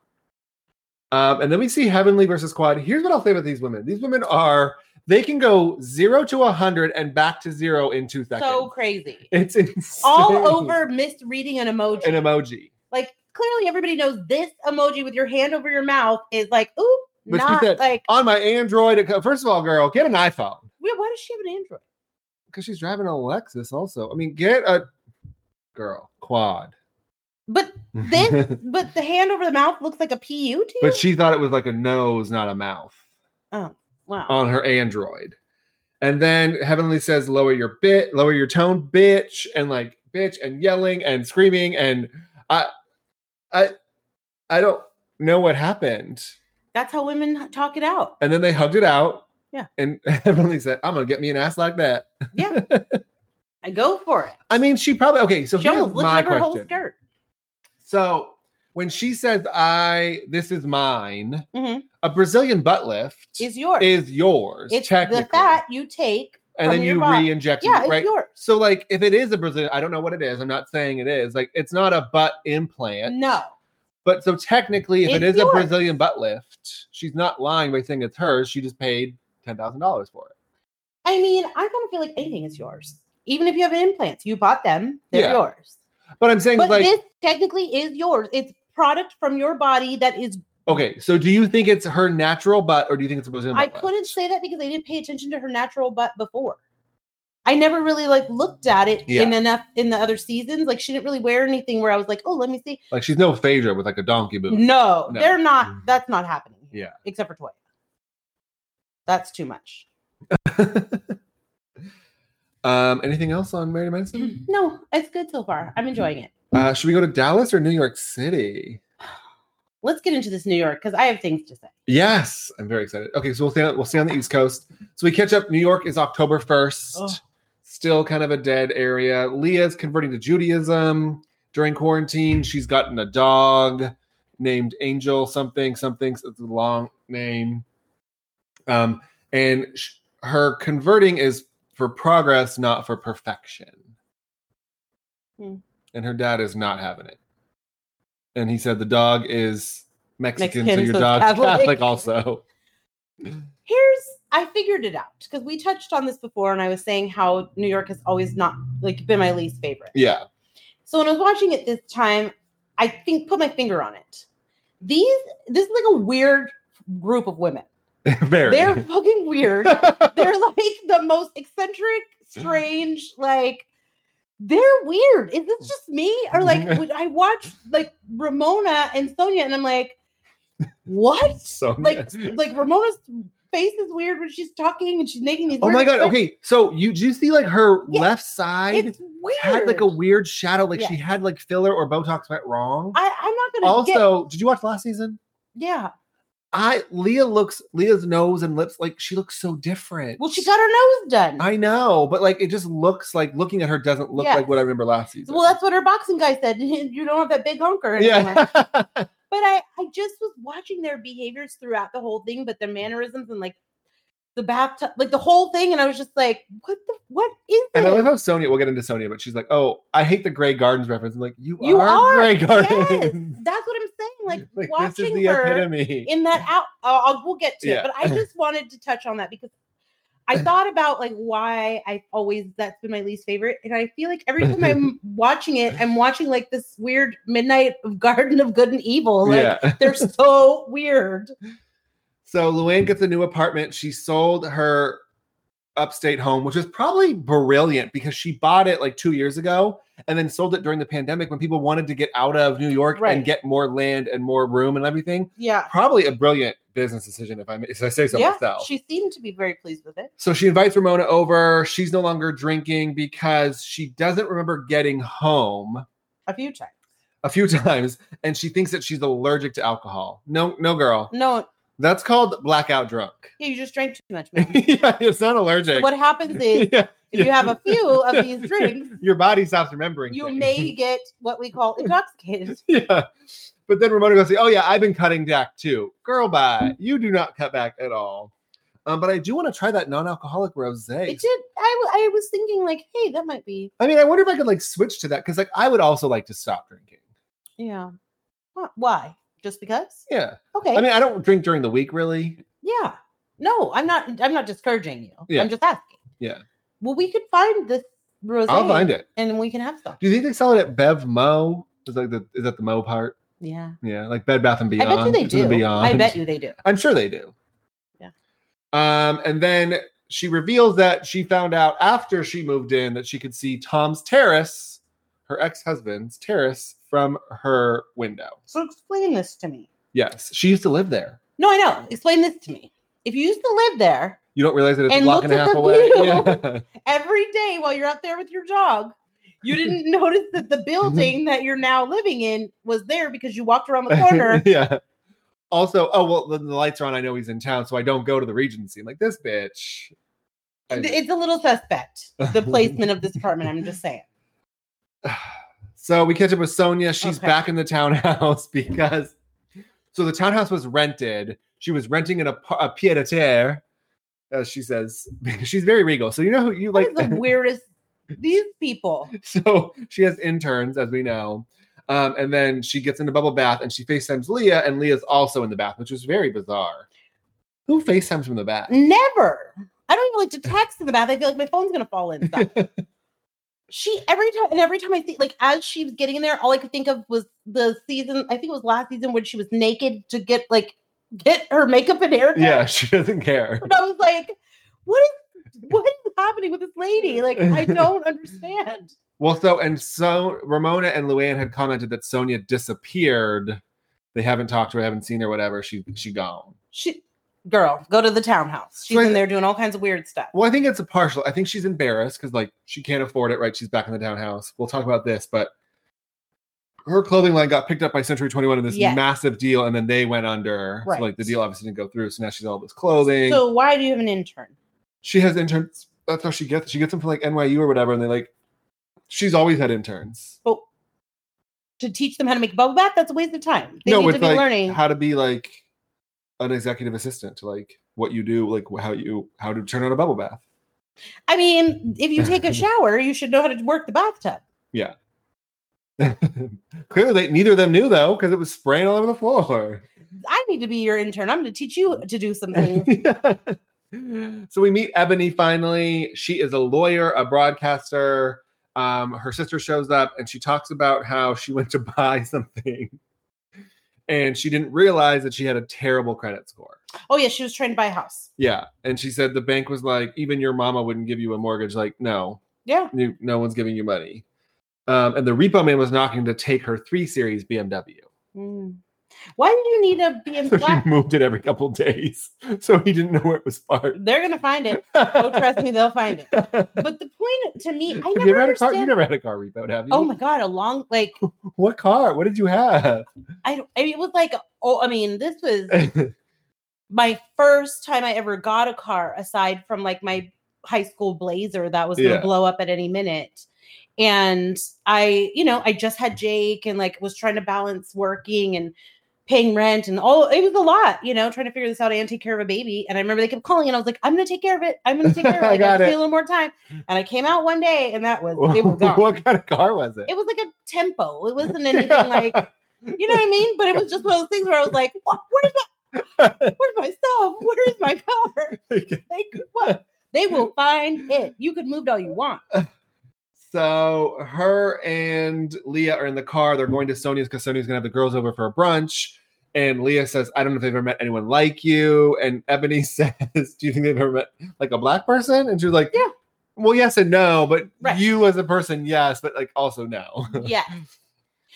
Um, and then we see Heavenly versus Quad. Here's what I'll say about these women. These women are they can go zero to a hundred and back to zero in two seconds. So crazy. It's insane. All over misreading an emoji. an emoji. like clearly everybody knows this emoji with your hand over your mouth is like, ooh, But she not said- like On my Android, it co- first of all, girl, get an iPhone wait, why does she have an Android? because she's driving an Lexus. Also, I mean, get a girl quad. But this but the hand over the mouth looks like a PU to you. but she thought it was like a nose, not a mouth, wow. on her Android. And then Heavenly says, "Lower your bit, lower your tone, bitch," and like bitch, and yelling and screaming, and I, I, I don't know what happened. That's how women talk it out. And then they hugged it out. Yeah. And Heavenly said, "I'm gonna get me an ass like that." Yeah. I go for it. I mean, she probably okay. So She here's almost lifted my up her whole question. skirt. So when she says, "I this is mine," Mhm. a Brazilian butt lift Is yours. is yours it's technically, the fat you take. and from then your you butt. re-inject Yeah, it, it's right? yours. So like, if it is a Brazilian, I don't know what it is. I'm not saying it is. Like, it's not a butt implant, No. but so technically, if it is It's a yours. Brazilian butt lift, she's not lying by saying it's hers. She just paid ten thousand dollars for it. I mean, I kind of feel like anything is yours. Even if you have implants, you bought them, they're Yeah. yours. But I'm saying But like, this technically is yours. It's product from your body that is okay, so do you think it's her natural butt, or do you think it's a Brazilian? I butt lift? couldn't say that because I didn't pay attention to her natural butt before. I never really like looked at it Yeah. in enough in the other seasons. Like she didn't really wear anything where I was like, oh, let me see. Like, she's no Phaedra with like a donkey boot. No, No. Mm. they're not. That's not happening. Yeah. Except for Toya. That's too much. um, anything else on Mary Mm. Manson? No, it's good so far. I'm enjoying it. Uh, should we go to Dallas or New York City? Let's get into this New York because I have things to say. Yes, I'm very excited. Okay, so we'll stay on, we'll stay on the East Coast. So we catch up. New York is October first. Oh. Still kind of a dead area. Leah's converting to Judaism during quarantine. She's gotten a dog named Angel something something. So it's a long name. Um, and sh- her converting is for progress, not for perfection. Hmm. And her dad is not having it. And he said the dog is Mexican, Mexican, so so your dog's Catholic. Catholic also. here's I figured it out because we touched on this before, and I was saying how New York has always not like been my least favorite. Yeah. So when I was watching it this time, I think put my finger on it. These this is like a weird group of women. Very. They're fucking weird. They're like the most eccentric, strange, like they're weird. Is this just me? Or like when I watch like Ramona and Sonia, and I'm like, what? so like like Ramona's face is weird when she's talking and she's making these. Oh weird my god. expressions. Okay. So you do you see like her Yeah, left side it's weird. had like a weird shadow, like she Yes. had like filler or Botox went wrong. I, I'm not gonna get. also, did you watch last season? Yeah. I Leah looks Leah's nose and lips like she looks so different. Well, she got her nose done. I know, but like it just looks like looking at her doesn't look Yes. like what I remember last season. well, that's what her boxing guy said. You don't have that big hunker. anymore. yeah. But I, I just was watching their behaviors throughout the whole thing, but their mannerisms and like the bathtub, like the whole thing, and I was just like, what the, what is and I this? love how Sonia. We'll get into Sonia, but she's like, "Oh, I hate the Grey Gardens reference." I'm like, "You, You are, are, Grey Yes, Gardens." that's what I'm saying. Like, this is watching the her. epitome. in that out I'll, I'll- we'll get to Yeah. it but i just wanted to touch on that because i thought about like why i always that's been my least favorite and i feel like every time i'm watching it i'm watching like this weird midnight of garden of good and evil like yeah. they're so weird So Luann gets a new apartment. She sold her upstate home, which is probably brilliant because she bought it like two years ago and then sold it during the pandemic when people wanted to get out of New York Right. and get more land and more room and everything. Yeah. Probably a brilliant business decision, if I, may- if I say so yeah. myself. She seemed to be very pleased with it. So she invites Ramona over. She's no longer drinking because she doesn't remember getting home A few times. a few times and she thinks that she's allergic to alcohol. No, no, girl. No, That's called blackout drunk. yeah, you just drank too much, man. yeah, it's not allergic. what happens is Yeah, if you have a few of these drinks, Your body stops remembering. you things. may get what we call intoxicated. yeah. But then Ramona goes, Oh, yeah, I've been cutting back too. Girl, bye. You do not cut back at all. Um, but I do want to try that non alcoholic rose. It did. I, w- I was thinking like, hey, that might be. I mean, I wonder if I could like switch to that because like I would also like to stop drinking. Yeah. Wh- Why? Just because? Yeah. Okay. I mean, I don't drink during the week really. yeah. No, I'm not. I'm not discouraging you. Yeah. I'm just asking. Yeah. Well, we could find this rose. I'll find it. and we can have some. Do you think they sell it at Bev Mo? Is like the is that the Mo part? Yeah. Yeah, like Bed Bath and Beyond. I bet you they It's in the do. I Beyond. bet you they do. I'm sure they do. Yeah. Um, and then she reveals that she found out after she moved in that she could see Tom's terrace, her ex-husband's terrace, from her window. So explain this to me. Yes, she used to live there. No, I know. Explain this to me. If you used to live there You don't realize that it's And a block look and a at half the away. view. Yeah. every day while you're out there with your dog, you didn't notice that Mm-hmm. the building that you're now living in was there because you walked around the corner. yeah. Also, oh well, the, the lights are on. I know he's in town, so I don't go to the Regency. I'm like this bitch. I- it's a little suspect, the placement of this apartment. I'm just saying. So we catch up with Sonia. She's Okay. back in the townhouse because so the townhouse was rented. She was renting an a, a pied-à-terre, as she says. She's very regal. So you know who you like. What is the weirdest? These people. so she has interns, as we know. Um, and then she gets in the bubble bath and she FaceTimes Leah, and Leah's also in the bath, which is very bizarre. Who FaceTimes from the bath? Never. I don't even like to text in the bath. I feel like my phone's gonna fall in. she every time and every time I think like as she was getting in there, all I could think of was the season. I think it was last season when she was naked to get like get her makeup and hair. done. yeah, she doesn't care. And I was like, what is what is happening with this lady? Like I don't understand. Well, so and so Ramona and Luann had commented that Sonia disappeared. They haven't talked to her, haven't seen her, whatever. She she gone. She girl, go to the townhouse. She's So I in th- there doing all kinds of weird stuff. Well, I think it's a partial. I think she's embarrassed because like she can't afford it, right? She's back in the townhouse. We'll talk about this, but her clothing line got picked up by Century 21 in this Yes. massive deal, and then they went under. Right. So like the deal obviously didn't go through. So now she's all this clothing. So why do you have an intern? she has interns. That's how she gets. She gets them from like NYU or whatever, and they like she's always had interns. But to teach them how to make a bubble bath, that's a waste of time. They need it's to be like learning. how to be like an executive assistant to like what you do, like how you how to turn on a bubble bath. I mean, if you take a shower, you should know how to work the bathtub. Clearly, they, neither of them knew though because it was spraying all over the floor. I need to be your intern. I'm going to teach you to do something. so we meet Ebony finally. She is a lawyer, a broadcaster. Um, her sister shows up and she talks about how she went to buy something and she didn't realize that she had a terrible credit score. Oh yeah, she was trained by a house. Yeah. And she said the bank was like, even your mama wouldn't give you a mortgage. Like, no, Yeah. you, no one's giving you money. Um, and the repo man was knocking to take her three series BMW. Mm. Why did you need a BM So flat? she moved it every couple days. So he didn't know where it was parked. They're gonna find it. Oh, trust me, they'll find it. But the point to me, I Have never you ever had a car? understand. You never had a car repoed, have you? Oh my god, a long like What car? What did you have? I, don't- I mean, it was like oh I mean this was my first time I ever got a car aside from like my high school blazer that was going to Yeah. blow up at any minute. And I, you know, I just had Jake and like was trying to balance working and paying rent and all it was a lot, you know, trying to figure this out and take care of a baby. And I remember they kept calling and I was like, I'm gonna take care of it. I'm gonna take care of it. I Like, got just need it. a little more time. And I came out one day and that was it was gone. what kind of car was it? It was like a tempo. It wasn't anything like you know what I mean? But it was just one of those things where I was like, what? Where's my, where's my stuff? Where's my car? Like, what? They will find it. You could move it all you want. So her and Leah are in the car. They're going to Sonia's because Sonia's gonna have the girls over for a brunch. And Leah says, I don't know if they've ever met anyone like you. And Ebony says, Do you think they've ever met like a black person? And she was like, Yeah. Well, yes and no, but Right. you as a person, yes, but like also no. yeah.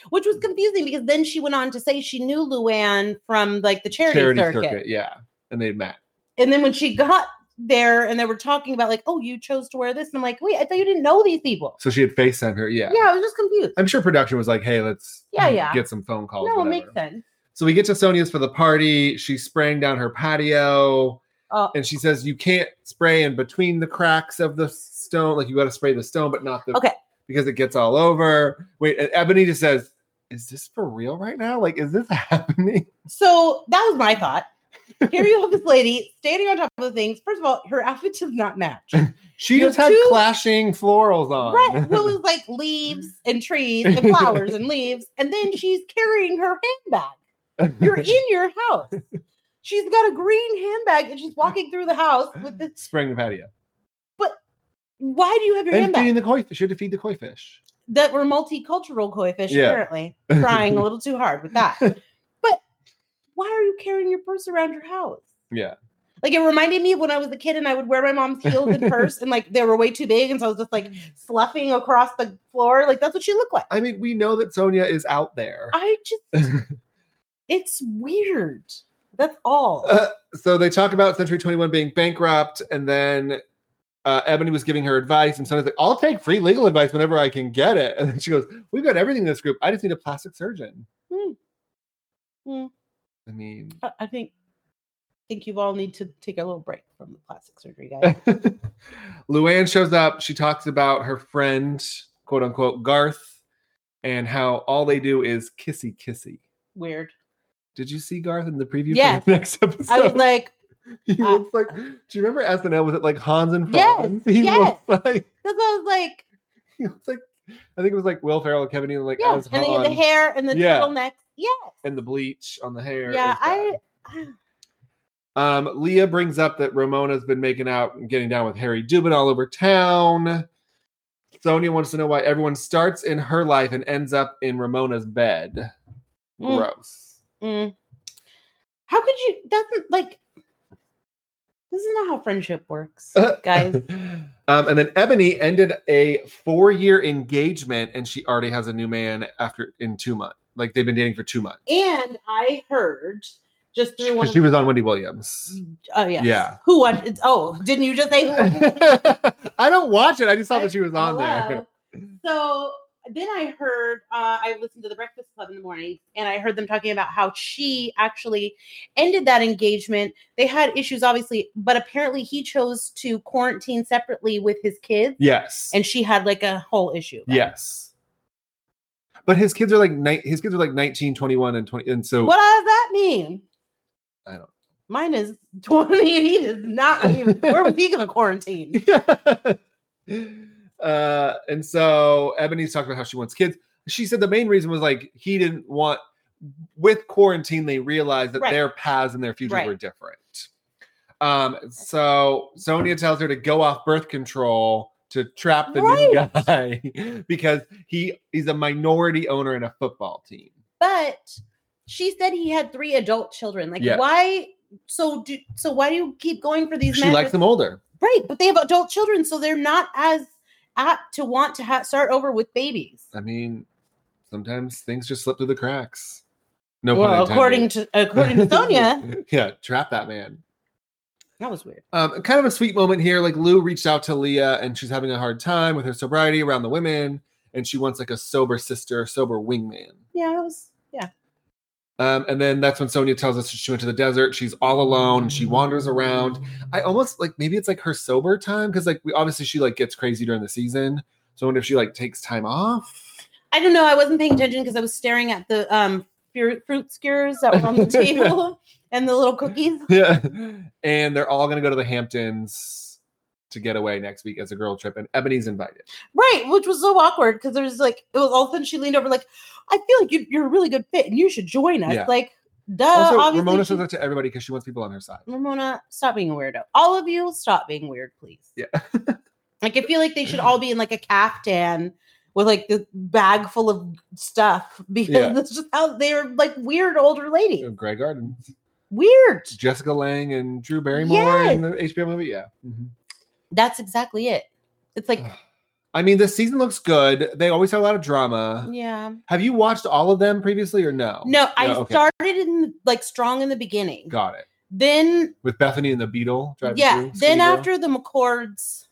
Which was confusing because then she went on to say she knew Luann from like the charity, circuit. yeah. And they met. And then when she got there and they were talking about like, oh, you chose to wear this. And I'm like, wait, I thought you didn't know these people. So she had FaceTime her. Yeah. Yeah, I was just confused. I'm sure production was like, hey, let's Yeah, yeah. get some phone calls. no, it Oh, whatever. makes sense. So we get to Sonia's for the party. She's spraying down her patio. Uh, And she says you can't spray in between the cracks of the stone. Like you got to spray the stone, but not the Okay. because it gets all over. Wait, and Ebony just says, "Is this for real right now? Like, is this happening?" so that was my thought. Here you have this lady standing on top of the things. First of all, her outfit does not match. She You're just had too- clashing florals on. Right. Well, it was like leaves and trees and flowers and leaves. And then she's carrying her handbag. You're in your house. She's got a green handbag and she's walking through the house with this. spraying the patio Why do you have your and handbag? feeding the koi fish. She had to feed the koi fish. that were multicultural koi fish, Yeah. apparently. Trying a little too hard with that. But why are you carrying your purse around your house? Yeah. Like it reminded me of when I was a kid and I would wear my mom's heels and purse and like they were way too big. And so I was just like sluffing across the floor. Like that's what she looked like. I mean, we know that Sonia is out there. I just, it's weird. That's all. Uh, so they talk about Century 21 being bankrupt, and then uh, Ebony was giving her advice, and Sonia's like, I'll take free legal advice whenever I can get it. And then she goes, We've got everything in this group. I just need a plastic surgeon. Hmm. Hmm. I mean, I I think, think you all need to take a little break from the plastic surgery guy. Luann shows up. She talks about her friend, quote unquote, Garth, and how all they do is kissy kissy. Weird. Did you see Garth in the preview Yes. for the next episode? I was like, he uh, looks like. Do you remember SNL? Was it like Hans and Yes, Franz? He yes. looks like that's what I was like. he looks like I think it was like Will Ferrell, Kevin Nealon, like Yeah, as and the, Han, the hair and the Yeah. turtleneck. Yes. and the bleach on the hair. It yeah, was I. bad. um Leah brings up that Ramona's been making out and getting down with Harry Dubin all over town. Sonia wants to know why everyone starts in her life and ends up in Ramona's bed. Mm. Gross. mm. How could you? That's not- like. This is not how friendship works, guys. Um, and then Ebony ended a four-year engagement, and she already has a new man after in two months. Like they've been dating for two months. and I heard just through one. Because Of, she was on Wendy Williams. oh yeah. Yeah. Who won? It's, oh, didn't you just say? Who won? I don't watch it. I just saw that she was on there. Hello? So then I heard, uh, I listened to the Breakfast Club in the morning and I heard them talking about how she actually ended that engagement. They had issues, obviously, but apparently he chose to quarantine separately with his kids Yes. and she had like a whole issue. about it. yes. But his kids are like ni- his kids are like 19, 21, and 20. And so What does that mean? I don't Mine is 20 and he does not even, where was he going to quarantine? uh and so Ebony's talking about how she wants kids. She said the main reason was like he didn't want with quarantine, they realized that Right. their paths and their futures Right. were different. Um, so Sonia tells her to go off birth control to trap the new guy because he is a minority owner in a football team. but she said he had three adult children. Like, Yeah. why? So, do so why do you keep going for these She men? likes with- them older. right? But they have adult children, so they're not as apt to want to ha- start over with babies. I mean, sometimes things just slip through the cracks. No, pun well, intended. according to according to Sonia, yeah, trap that man. that was weird. Um, kind of a sweet moment here. Like Lou reached out to Leah, and she's having a hard time with her sobriety around the women, and she wants like a sober sister, sober wingman. Yeah, it was. Yeah, Um, and then that's when Sonia tells us she went to the desert. She's all alone and she wanders around. I almost like maybe it's like her sober time because like we obviously she like gets crazy during the season. So I wonder if she like takes time off. I don't know. I wasn't paying attention because I was staring at the um fruit, fruit skewers that were on the table and the little cookies. Yeah. And they're all gonna go to the Hamptons to get away next week as a girl trip. And Ebony's invited. Right, which was so awkward because there's like it was all of a sudden she leaned over like, I feel like you, you're a really good fit and you should join us. Yeah. Like, duh. also, Uh, obviously Ramona she- says that to everybody because she wants people on her side. Ramona, stop being a weirdo. All of you, stop being weird, please. Yeah. like I feel like they should all be in like a caftan with like the bag full of stuff because Yeah. that's just how they were like weird older lady. You know, Grey Garden, Weird. Jessica Lang, and Drew Barrymore in the HBO movie. Yeah. Mhm. That's exactly it. It's like, I mean, this season looks good. They always have a lot of drama. yeah. Have you watched all of them previously or no? Mm-hmm. No, I Oh, okay. started in like strong in the beginning. Got it. Then With Bethany and the Beetle driving yeah, through. then Speedo. after the McCords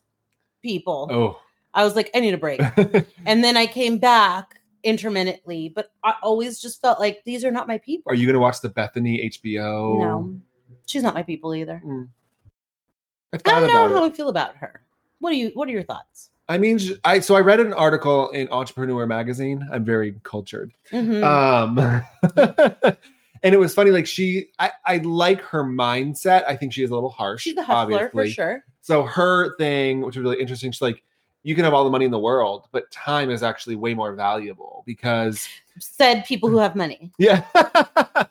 people, Oh. I was like, I need a break. and then I came back intermittently, but I always just felt like these are not my people. Are you going to watch the Bethany HBO? No, she's not my people either. Mm. I I thought don't know about how it. I feel about her. What do you? What are your thoughts? I mean, sh- I so I read an article in Entrepreneur Magazine. I'm very cultured. Mhm. Um, and it was funny. Like she, I, I like her mindset. I think she is a little harsh. she's a hustler for obviously. sure. So her thing, which was really interesting, she's like, you can have all the money in the world, but time is actually way more valuable because Said people who have money. yeah.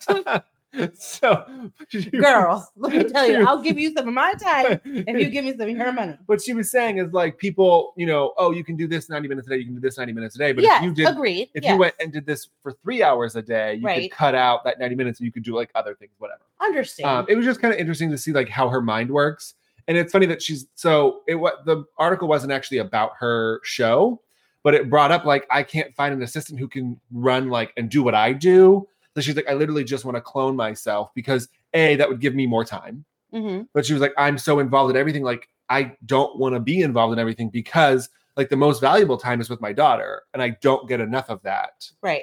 so she- Girl, let me tell you, I'll give you some of my time if you give me some of your money. what she was saying is like people, you know, oh, you can do this 90 minutes a day, you can do this 90 minutes a day. But yes, if you did agreed. if yes. you went and did this for three hours a day, you Right. could cut out that 90 minutes and you could do like other things, whatever. understand. Um, it was just kind of interesting to see like how her mind works. And it's funny that she's so it what the article wasn't actually about her show, but it brought up like I can't find an assistant who can run like and do what I do. So she's like, I literally just want to clone myself because A, that would give me more time Mhm. but she was like i'm so involved in everything like i don't want to be involved in everything because like the most valuable time is with my daughter and i don't get enough of that Right.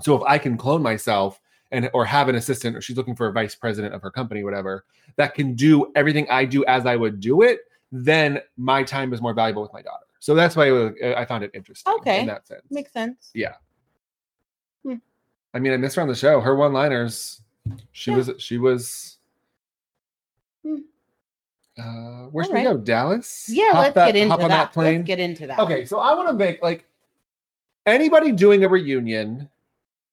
so if i can clone myself and or have an assistant or she's looking for a vice president of her company whatever that can do everything i do as i would do it then my time is more valuable with my daughter so that's why it was, uh, i found it interesting Okay. in that sense Makes sense. i mean i miss her on the show her one liners she Yeah. was she was Hmm. uh, where should All we go? Dallas? Yeah, Hop let's that- get into hop that. on that plane. Let's get into that. Okay, so I want to make like anybody doing a reunion,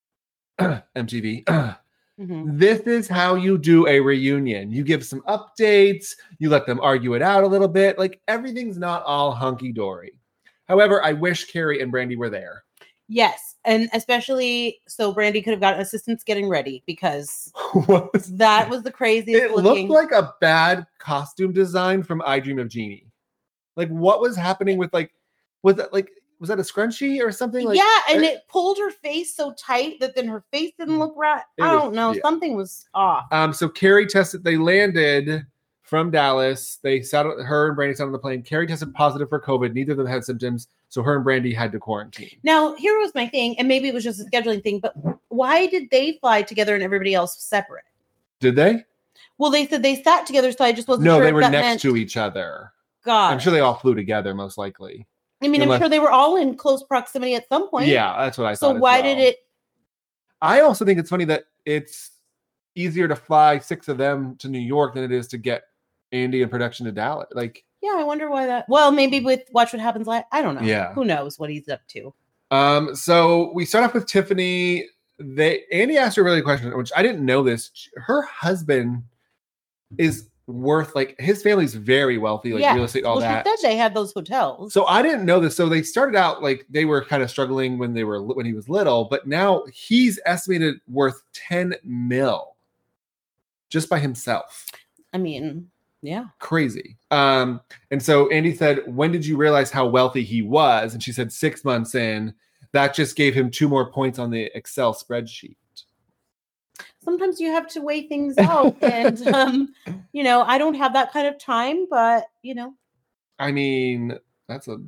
MTV. Mhm. this is how you do a reunion. You give some updates, you let them argue it out a little bit. Like everything's not all hunky dory. However, I wish Carrie and Brandy were there. Yes, and especially so, Brandy could have gotten assistants getting ready because What was- that was the craziest it looking. looked like a bad costume design from I Dream of Genie. Like what was happening with like was that like was that a scrunchie or something? Like yeah, and I- it pulled her face so tight that then her face didn't look right. Mm. It I was- don't know. yeah. Something was off. Um, so Carrie tested. They landed from Dallas. They sat. Her and Brandy sat on the plane. Carrie tested positive for COVID. Neither of them had symptoms, so her and Brandy had to quarantine. Now, here was my thing, and maybe it was just a scheduling thing, but why did they fly together and everybody else was separate? Did they? Well, they said they sat together, so I just wasn't No, sure they if were that next meant, Ah. to each other. God. I'm sure they all flew together, most likely. I mean, I'm unless- sure they were all in close proximity at some point. Yeah, that's what I So thought. as why did well. it? I also think it's funny that it's easier to fly six of them to New York than it is to get Andy and production to Dallas. Like, Yeah, I wonder why that. Well, maybe with Watch What Happens Live. I don't know. Yeah. Who knows what he's up to? Um, so we start off with Tiffany. They Andy asked her really a question, which I didn't know this. Her husband is worth like his family's very wealthy, like Yeah. real estate, all well, that. she said they had those hotels. So I didn't know this. So they started out like they were kind of struggling when they were li- when he was little, but now he's estimated worth 10 mil just by himself. I mean, yeah. Crazy. Um, and so Andy said, When did you realize how wealthy he was? And she said, Six months in. That just gave him two more points on the Excel spreadsheet. Sometimes you have to weigh things out, and um, you know, I don't have that kind of time, but you know, I mean, that's a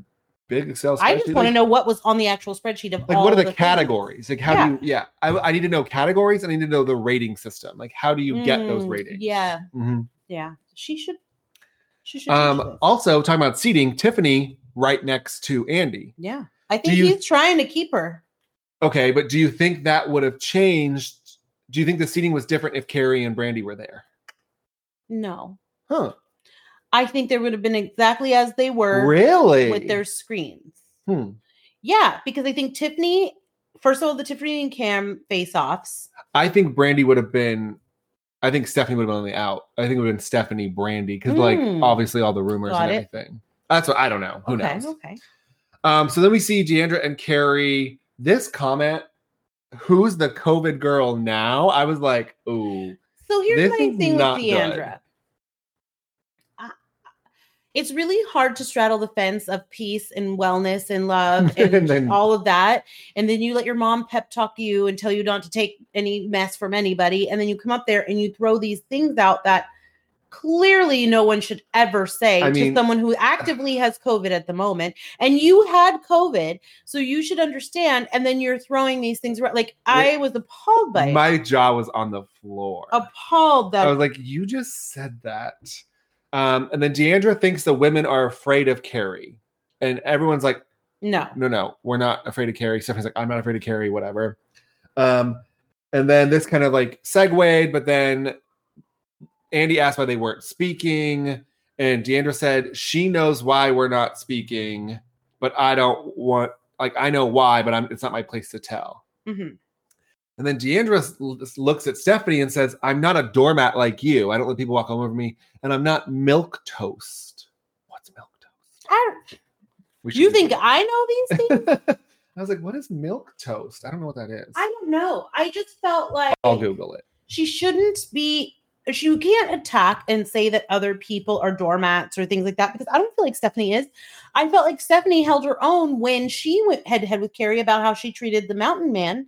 big Excel spreadsheet. I just want to Like- know what was on the actual spreadsheet of Like, all what are the, the things. categories? Like, how Yeah. do you, yeah, I, I need to know categories. I need to know the rating system. Like, how do you get those Mm, ratings? Yeah, Mhm. yeah. She should. She should. teach Um, this. also, talking about seating, Tiffany right next to Andy. yeah, I think you- he's trying to keep her. Okay, but do you think that would have changed? Do you think the seating was different if Carrie and Brandy were there? No, Huh. I think they would have been exactly as they were Really? with their screens. Hmm. Yeah, because I think Tiffany. First of all, the Tiffany and Cam face-offs. I think Brandy would have been. I think Stephanie would have been on the out. I think it would have been Stephanie Brandy because, like, Hmm. obviously all the rumors Got and it. everything. That's what I don't know. Who okay, knows? okay. Um, so then we see Deandra and Carrie. This comment, who's the COVID girl now? I was like, ooh. So here's This my is thing with not good. Deandra. I- It's really hard to straddle the fence of peace and wellness and love and, And then- all of that. And then you let your mom pep talk you and tell you not to take any mess from anybody. And then you come up there and you throw these things out that clearly no one should ever say I to mean- someone who actively has COVID at the moment. And you had COVID, so you should understand. And then you're throwing these things around. Like, I was appalled by it. My jaw was on the floor. Oh, appalled that I was like, you just said that. Um, and then Deandra thinks the women are afraid of Carrie. And everyone's like, no. no, no, we're not afraid of Carrie. Stephanie's like, I'm not afraid of Carrie, whatever. Um, and then this kind of like segued, but then Andy asked why they weren't speaking. And Deandra said, She knows why we're not speaking, but I don't want, like, I know why, but I'm, it's not my place to tell. Mhm. And then Deandra s- l- s- looks at Stephanie and says, I'm not a doormat like you. I don't let people walk all over me. And I'm not milk toast. What's milk toast? I don't- We should you do think I know these things? I was like, what is milk toast? I don't know what that is. I don't know. I just felt like I'll Google it. she shouldn't be. She can't attack and say that other people are doormats or things like that because I don't feel like Stephanie is. I felt like Stephanie held her own when she went head to head with Carrie about how she treated the mountain man.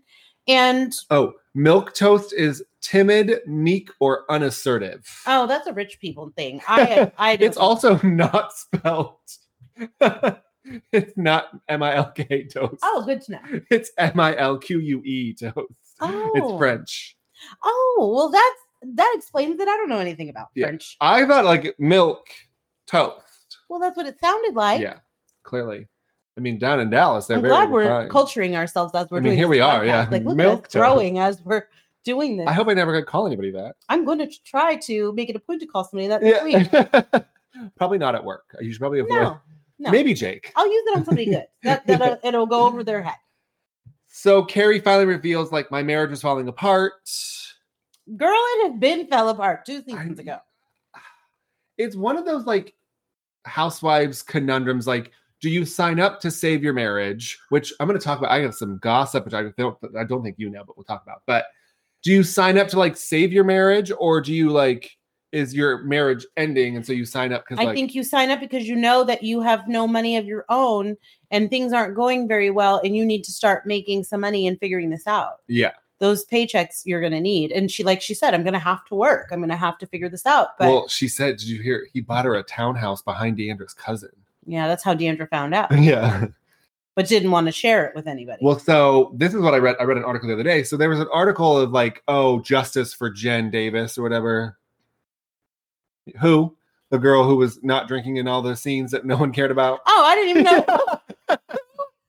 And Oh, milk toast is timid, meek, or unassertive. oh, that's a rich people thing. I I it's don't- also not spelled. it's not M I L K toast. oh good to know. It's M I L Q U E toast. Oh. It's French. Oh well, that's that explains that I don't know anything about Yeah. French. I thought like milk toast. Well, that's what it sounded like. yeah, clearly. I mean, down in Dallas, they're I'm very glad we're refined. culturing ourselves as we're I mean, doing. here this we are, yeah. podcast. like look Milk at us growing as we're doing this. I hope I never call anybody that. I'm going to try to make it a point to call somebody that this week. Yeah. probably not at work. You should probably avoid. No, no. Maybe Jake. I'll use it on somebody good. That that'll, it'll go over their head. So Carrie finally reveals, like, my marriage was falling apart. Girl, it had been fell apart two seasons I- ago. It's one of those like housewives conundrums. Like, do you sign up to save your marriage? Which I'm going to talk about. I have some gossip, which I don't. I don't think you know, but we'll talk about. But do you sign up to like save your marriage, or do you like is your marriage ending, and so you sign up because I like think you sign up because you know that you have no money of your own and things aren't going very well, and you need to start making some money and figuring this out. yeah. Those paychecks you're going to need, and she, like she said, I'm going to have to work. I'm going to have to figure this out. But well, she said, did you hear? He bought her a townhouse behind Deandra's cousin. yeah, that's how Deandra found out. Yeah. but didn't want to share it with anybody. Well, so this is what I read. I read an article the other day. So there was an article of like, oh, justice for Jen Davis or whatever. Who? The girl who was not drinking in all the scenes that no one cared about. oh, I didn't even know.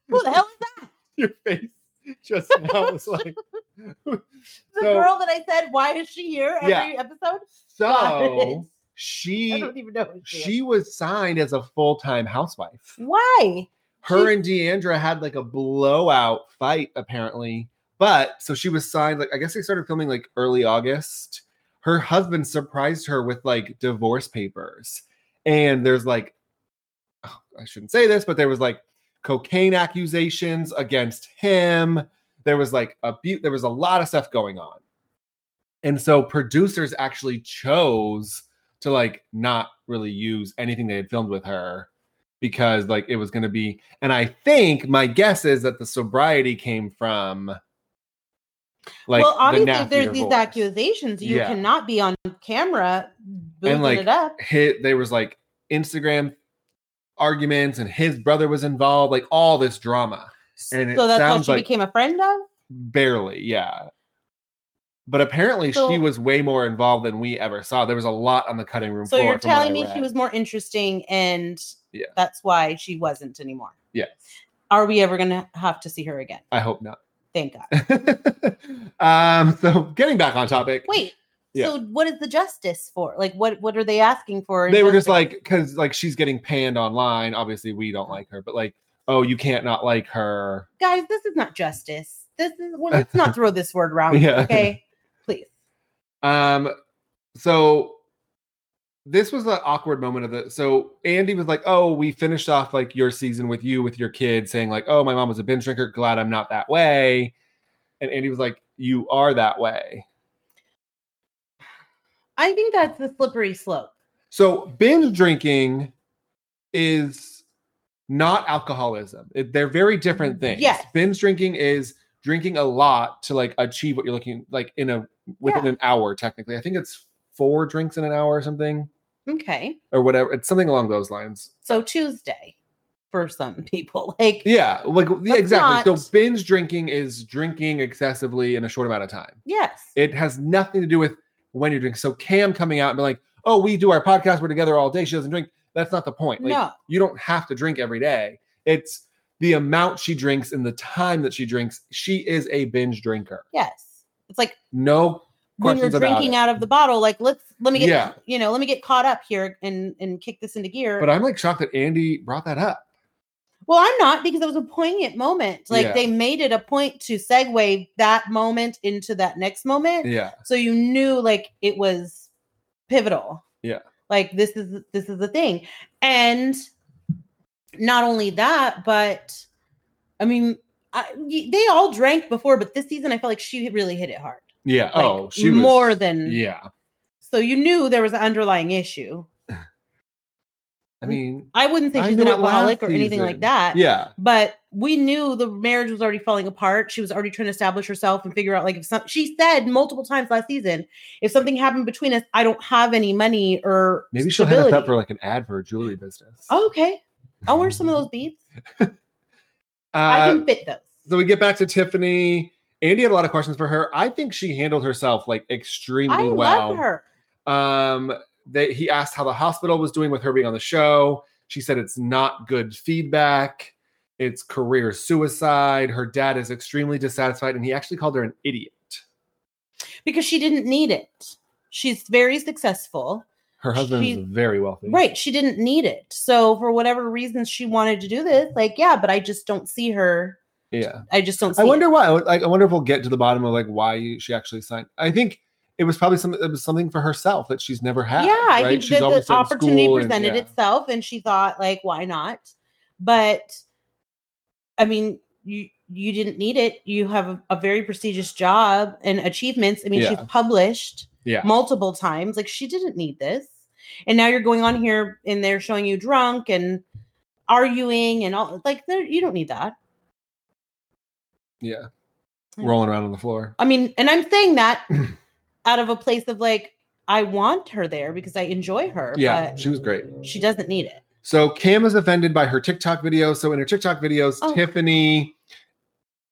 Who the hell is that? Your face just now was like. The So- girl that I said, why is she here every Yeah. episode? So I she don't even know. who is. she was signed as a full time housewife. Why? her and Deandra had like a blowout fight apparently. But so she was signed like I guess they started filming like early August. Her husband surprised her with like divorce papers. And there's like oh, I shouldn't say this, but there was like cocaine accusations against him. There was like abuse there was a lot of stuff going on. And so producers actually chose to like not really use anything they had filmed with her because like it was going to be and i think my guess is that the sobriety came from like well, the obviously, if nastier there's these voice. accusations, you Yeah. cannot be on camera boozing like, it up. hit there was like instagram arguments and his brother was involved like all this drama and it So that's what sounds she like- became a friend of. barely yeah but apparently she So- was way more involved than we ever saw there was a lot on the cutting room So floor you're from what I telling me she read. was more interesting, and Yeah. that's why she wasn't anymore. Yeah. Are we ever gonna have to see her again? i hope not Thank God. um so getting back on topic Wait. Yeah. So what is the justice for? Like what what are they asking for? in they were just like justice? because like she's getting panned online obviously we don't like her but like oh you can't not like her guys, this is not justice. This is well, let's not throw this word around. Yeah. Okay. Please. um so Um, this was the awkward moment of the so Andy was like, Oh, we finished off like your season with you with your kid saying, like, oh, my mom was a binge drinker, glad I'm not that way. And Andy was like, You are that way. I think that's the slippery slope. So binge drinking is not alcoholism. It- they're very different things. Yes. Binge drinking is drinking a lot to like achieve what you're looking like in a within an hour technically. I think it's four drinks in an hour or something Okay. or whatever. It's something along those lines. So Tuesday for some people. Like Yeah, like yeah, That's exactly. not- So binge drinking is drinking excessively in a short amount of time. yes. It has nothing to do with when you're drinking. So Cam coming out and being like, "Oh, we do our podcast. We're together all day. She doesn't drink." That's not the point. Like, no. you don't have to drink every day. It's the amount she drinks and the time that she drinks. She is a binge drinker. Yes. It's like No, when you're questions about drinking it. out of the bottle, like let's let me get Yeah. you know, let me get caught up here and and kick this into gear. but I'm like shocked that Andy brought that up. well, I'm not because it was a poignant moment. Like Yeah. they made it a point to segue that moment into that next moment. Yeah, So you knew like it was pivotal. Yeah. Like this is this is the thing. And not only that, but I mean, I, y- they all drank before, but this season I felt like she really hit it hard. yeah. Like, oh, she was, more than Yeah, So you knew there was an underlying issue. I mean, I wouldn't think I she's knew an it last alcoholic or anything season. like that. yeah. But we knew the marriage was already falling apart. She was already trying to establish herself and figure out like if some she said multiple times last season, if something happened between us, I don't have any money or Maybe she'll hit us up stability." for like an ad for a jewelry business. Oh, okay. I'll wear some of those beads. I Uh, can fit those. so we get back to Tiffany. Andy had a lot of questions for her. I think she handled herself like extremely I well. love her. Um, that he asked how the hospital was doing with her being on the show. She said it's not good feedback. It's career suicide. Her dad is extremely dissatisfied, and he actually called her an idiot. because she didn't need it. She's very successful. Her husband She- is very wealthy. Right. She didn't need it. So for whatever reason she wanted to do this, like, yeah, but I just don't see her. Yeah. I just don't see I it. wonder why. I- Like, I wonder if we'll get to the bottom of like why she actually signed. I think it was probably something. It was something for herself that she's never had. yeah, I right? think she's that always the in opportunity school and- presented yeah. itself and she thought, like, why not? But I mean, you you didn't need it. You have a, a very prestigious job and achievements. I mean, Yeah. she's published Yeah. multiple times. Like she didn't need this. And now you're going on here and they're showing you drunk and arguing and all like there you don't need that. Yeah. Yeah. Rolling around on the floor. I mean, and I'm saying that out of a place of like I want her there because I enjoy her, Yeah. but She was great. she doesn't need it. So Cam is offended by her TikTok videos. So in her TikTok videos, Oh. Tiffany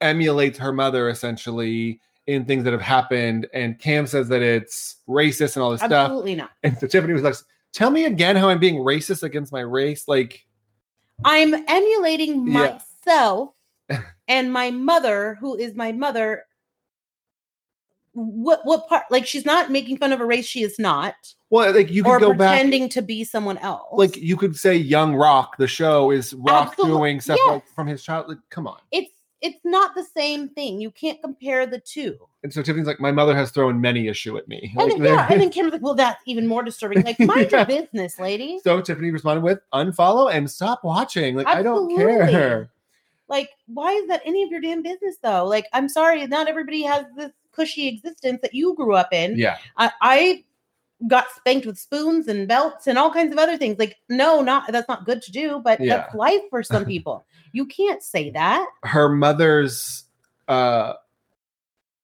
emulates her mother essentially in things that have happened. And Cam says that it's racist and all this stuff. Absolutely not. And so Tiffany was like, Tell me again how I'm being racist against my race. Like, I'm emulating Yeah. myself and my mother, who is my mother. What what part? Like she's not making fun of a race. She is not, well, like you or could go back. pretending to be someone else. Like you could say Young Rock, the show is Rock Absolute- doing stuff yes. like, from his child. Like, come on. it's it's not the same thing. You can't compare the two. And so Tiffany's like, My mother has thrown many issue at me. And Like, then, yeah, and then Kim's like, "Well, that's even more disturbing." Like, mind Yeah. your business, lady. So Tiffany responded with unfollow and stop watching. Like I don't care. Like, why is that any of your damn business though? Like, I'm sorry, not everybody has this cushy existence that you grew up in. Yeah. I, I got spanked with spoons and belts and all kinds of other things. Like, no, not that's not good to do, but Yeah. that's life for some people. You can't say that. Her mother's uh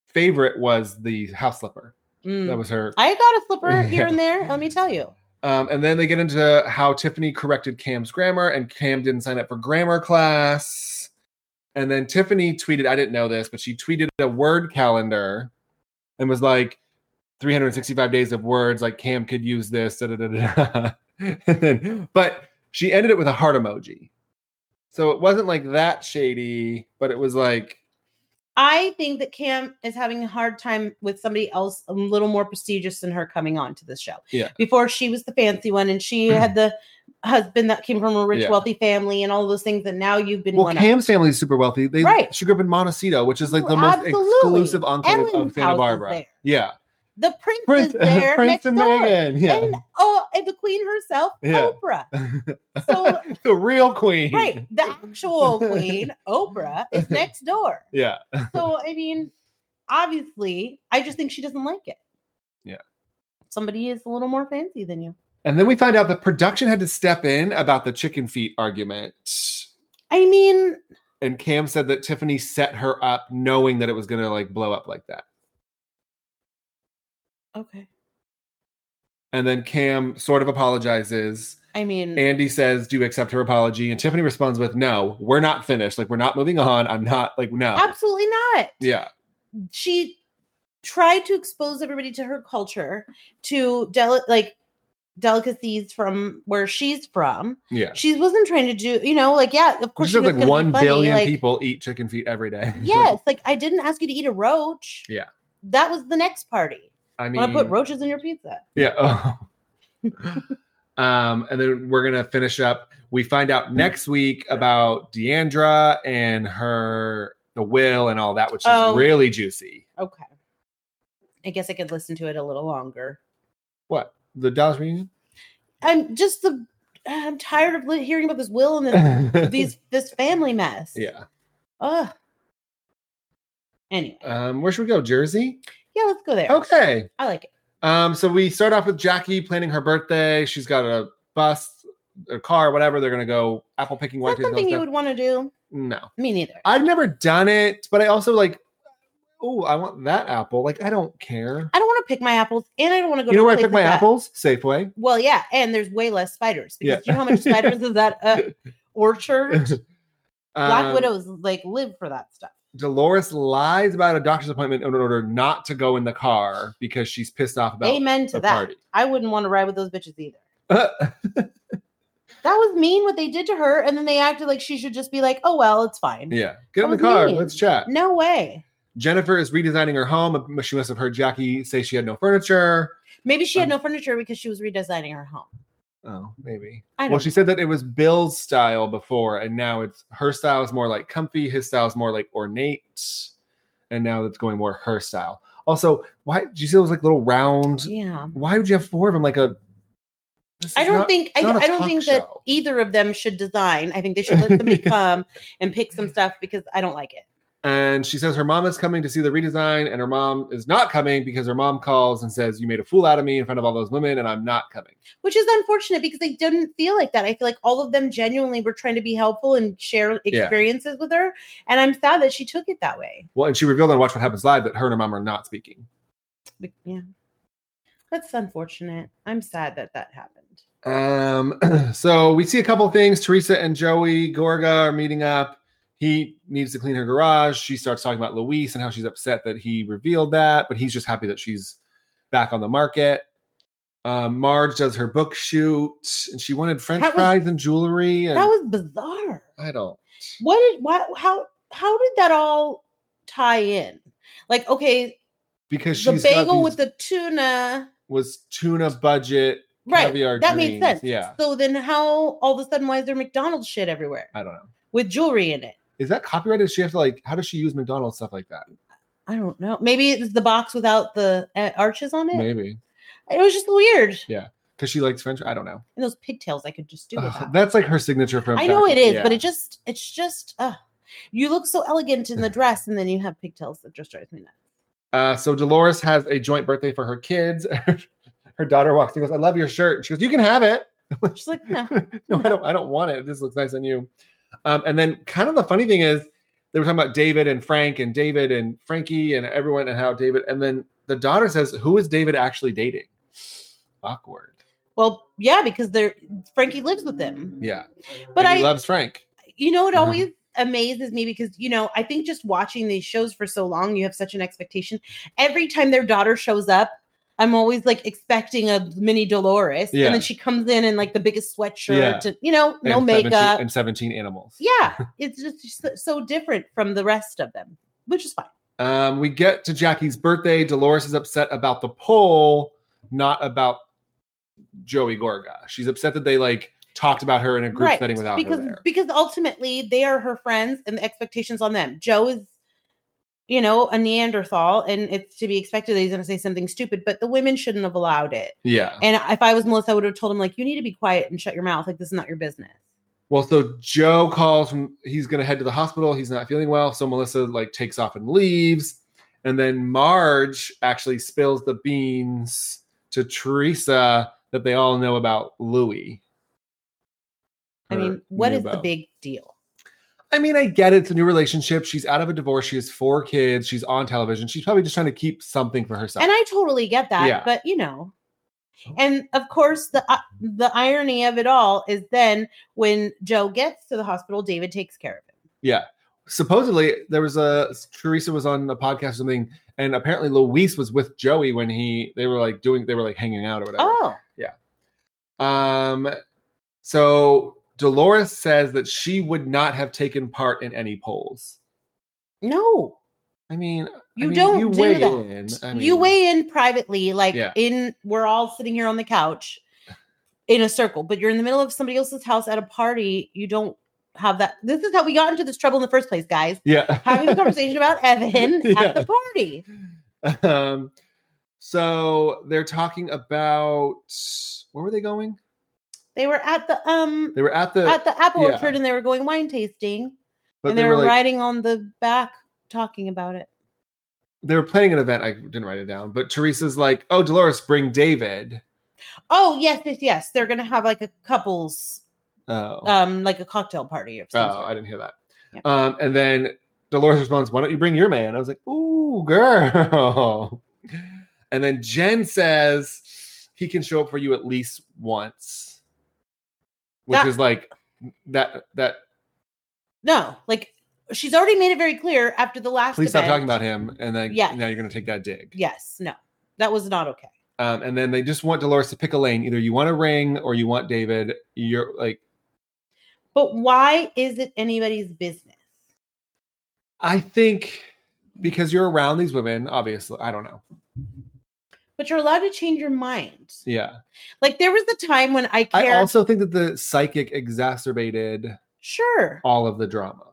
favorite was the house slipper. Mm. That was her. I got a slipper Yeah. here and there. Let me tell you. Um, and then they get into how Tiffany corrected Cam's grammar and Cam didn't sign up for grammar class. And then Tiffany tweeted, I didn't know this, but she tweeted a word calendar and was like, 365 days of words, like Cam could use this. Da, da, da, da, da. and then, but she ended it with a heart emoji. So it wasn't like that shady, but it was like, I think that Cam is having a hard time with somebody else a little more prestigious than her coming on to this show. Yeah. Before she was the fancy one and she had the husband that came from a rich, Yeah. wealthy family and all those things that now you've been well, one Cam's family is super wealthy. They, Right. She grew up in Montecito, which is like the Oh, most absolutely. exclusive enclave Ellen's of Santa house is Barbara. there. Yeah. The prince, Prince, is there Prince next and door. Megan. And Yeah. oh, and the queen herself, Yeah. Oprah. So the real queen. right, the actual queen, Oprah, is next door. Yeah. So I mean, obviously, I just think she doesn't like it. Yeah. Somebody is a little more fancy than you. And then we find out that production had to step in about the chicken feet argument. I mean, And Cam said that Tiffany set her up knowing that it was gonna like blow up like that. okay. And then Cam sort of apologizes. I mean, Andy says, Do you accept her apology? And Tiffany responds with, No, we're not finished. Like, we're not moving on. I'm not like no. absolutely not. Yeah. she tried to expose everybody to her culture to deli- like delicacies from where she's from Yeah. she wasn't trying to do you know like yeah of There's course she was like gonna be one funny, billion like, people eat chicken feet every day. yes like i didn't ask you to eat a roach Yeah. that was the next party I mean when i put roaches in your pizza Yeah. um, and then we're gonna finish up. We find out next week about Deandra and her the will and all that, which is Oh. really juicy. okay i guess i could listen to it a little longer What the Dallas reunion? i'm just the i'm tired of li- hearing about this will and this, these this family mess yeah. Ugh. anyway Um, where should we go? Jersey. Yeah, let's go there. Okay. I like it. Um, so we start off with Jackie planning her birthday. She's got a bus, a car, whatever. They're gonna go apple picking. Is one, that two, three, something you stuff. would want to do? No. Me neither. I've never done it, but I also like, oh, I want that apple. Like, I don't care. I don't want to pick my apples, and I don't want to go. You to know a where I place pick my like that. apples? Safeway. Well, yeah, and there's way less spiders Yeah. because you know how much spiders is that uh, orchard. Black Um, widows like live for that stuff. Dolores lies about a doctor's appointment in order not to go in the car because she's pissed off about Amen the to that. party. I wouldn't want to ride with those bitches either. That was mean what they did to her, and then they acted like she should just be like, "Oh well, it's fine." yeah. Get in the That was car. mean. Let's chat. Oh, No way. Jennifer is redesigning her home. She must have heard Jackie say she had no furniture. Maybe she had Um, no furniture because she was redesigning her home. Oh, maybe. I don't. Well, know. she said that it was Bill's style before, and now it's her style is more like comfy, his style is more like ornate, and now it's going more her style. Also, why do you see those like little round? yeah. Why would you have four of them? Like a. this is I don't not- think I, it's not a I don't talk think that show. either of them should design. I think they should let somebody Yeah. come and pick some stuff because I don't like it. And she says her mom is coming to see the redesign, and her mom is not coming because her mom calls and says, "You made a fool out of me in front of all those women, and I'm not coming." Which is unfortunate because I didn't feel like that. I feel like all of them genuinely were trying to be helpful and share Yeah. experiences with her. And I'm sad that she took it that way. Well, and she revealed on Watch What Happens Live that her and her mom are not speaking. But, yeah. That's unfortunate. I'm sad that that happened. Um, so we see a couple things. Teresa and Joey Gorga are meeting up. He needs to clean her garage. She starts talking about Luis and how she's upset that he revealed that, but he's just happy that she's back on the market. Um, Marge does her book shoot, and she wanted French That was- fries and jewelry. And That was bizarre. I don't. What did why how how did that all tie in? Like, okay, Because she's the got bagel these- with the tuna. was tuna budget Right. caviar that dreams. made sense. Yeah, So then how all of a sudden why is there McDonald's shit everywhere I don't know. with jewelry in it? Is that copyrighted? Does she have to like? How does she use McDonald's stuff like that? I don't know. Maybe it's the box without the uh, arches on it. Maybe It was just weird. because she likes French. I don't know. And those pigtails I could just do Ugh, without. that's like her signature from. I know it is, but yeah. it just it's just uh you look so elegant in the dress and then you have pigtails that just drives me nuts. Uh, so Dolores has a joint birthday for her kids. her daughter walks in and goes, "I love your shirt." She goes, "You can have it." She's like, no. no, I don't. I don't want it. This looks nice on you. Um, and then, kind of the funny thing is, they were talking about David and Frank and David and Frankie and everyone and how David. And then the daughter says, "Who is David actually dating?" Awkward. Well, yeah, because they're Frankie lives with them. Yeah, But And I he loves Frank. you know it Uh-huh. always amazes me because you know i think just watching these shows for so long you have such an expectation every time their daughter shows up i'm always like expecting a mini dolores Yeah. and then she comes in in like the biggest sweatshirt Yeah. and you know no And 17 makeup and seventeen animals. yeah it's just so- so different from the rest of them which is fine Um, we get to Jackie's birthday. Dolores is upset about the poll, not about Joey Gorga. She's upset that they like talked about her in a group setting without because her there. because ultimately they are her friends and the expectations on them joe is you know, a Neanderthal, and it's to be expected that he's going to say something stupid, but the women shouldn't have allowed it. Yeah. And if I was Melissa, I would have told him, like, you need to be quiet and shut your mouth. Like, this is not your business. Well, so Joe calls from he's gonna head to the hospital. He's not feeling well. So Melissa like takes off and leaves. And then Marge actually spills the beans to Teresa that they all know about Louie. I Or mean, what knew is the about. big deal? I mean, I get it. It's a new relationship. She's out of a divorce. She has four kids. She's on television. She's probably just trying to keep something for herself. And I totally get that, Yeah. Oh. but you know. And of course, the uh, the irony of it all is then when Joe gets to the hospital, David takes care of him. Yeah. Supposedly there was a Teresa was on a podcast or something, and apparently Luis was with Joey when he they were like doing they were like hanging out or whatever. Oh, Um so Dolores says that she would not have taken part in any polls. no. I mean, I You mean, don't you do weigh that. in. I you mean, weigh in privately, like Yeah. in we're all sitting here on the couch in a circle, but you're in the middle of somebody else's house at a party. You don't have that. This is how we got into this trouble in the first place, guys. Yeah. Having a conversation about Evan Yeah. at the party. um so they're talking about where were they going? They were at the um They were at the at the apple yeah. orchard and they were going wine tasting but and they, were, like, riding on the back talking about it. they were planning an event. I didn't write it down, but Teresa's like, "Oh, Dolores, bring David." Oh yes, yes, yes. They're gonna have like a couples Oh, um like a cocktail party or oh, something. I didn't hear that. Yeah. Um, and then Dolores responds, "Why don't you bring your man?" I was like, "Ooh, girl." And then Jen says, "He can show up for you at least once," which That- is like that. That No, like she's already made it very clear after the last please stop event. talking about him, and then Yeah. now you're going to take that dig. Yes, no, that was not okay. Um, and then they just want Dolores to pick a lane. Either you want a ring or you want David. You're like. But why is it anybody's business? I think because you're around these women, obviously. I don't know. But you're allowed to change your mind. Yeah. Like there was the time when I cared. I also think that the psychic exacerbated sure, all of the drama.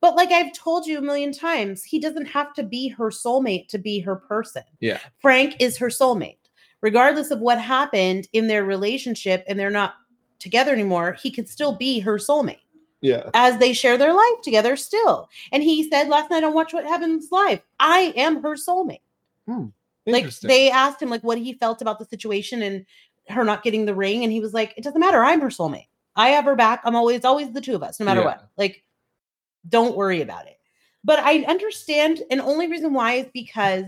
but like I've told you a million times, he doesn't have to be her soulmate to be her person. Yeah. Frank is her soulmate, regardless of what happened in their relationship, and they're not together anymore. He could still be her soulmate. Yeah. as they share their life together still. And he said last night on Watch What Happens Live, I am her soulmate. Like Interesting. they asked him like what he felt about the situation and her not getting the ring. And he was like, It doesn't matter. I'm her soulmate. I have her back. I'm always always the two of us, no matter Yeah. what. Like, don't worry about it. But I understand, and only reason why is because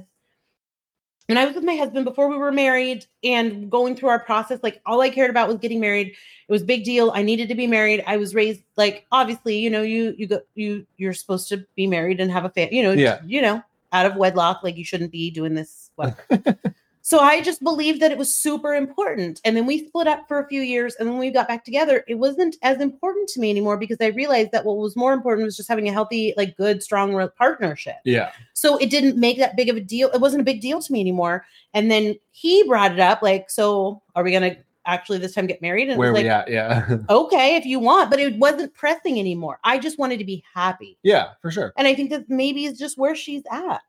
when I was with my husband before we were married and going through our process, like all I cared about was getting married it was a big deal i needed to be married i was raised like obviously you know you you go you you're supposed to be married and have a family you know Yeah. you know out of wedlock like you shouldn't be doing this whatever so i just believed that it was super important and then we split up for a few years and when we got back together it wasn't as important to me anymore because i realized that what was more important was just having a healthy like good strong re- partnership yeah. so it didn't make that big of a deal. It wasn't a big deal to me anymore. And then he brought it up, like, so are we gonna actually this time get married? And it Where was we like, at? Yeah. okay, if you want, but it wasn't pressing anymore. I just wanted to be happy. yeah, for sure. And I think that maybe it's just where she's at.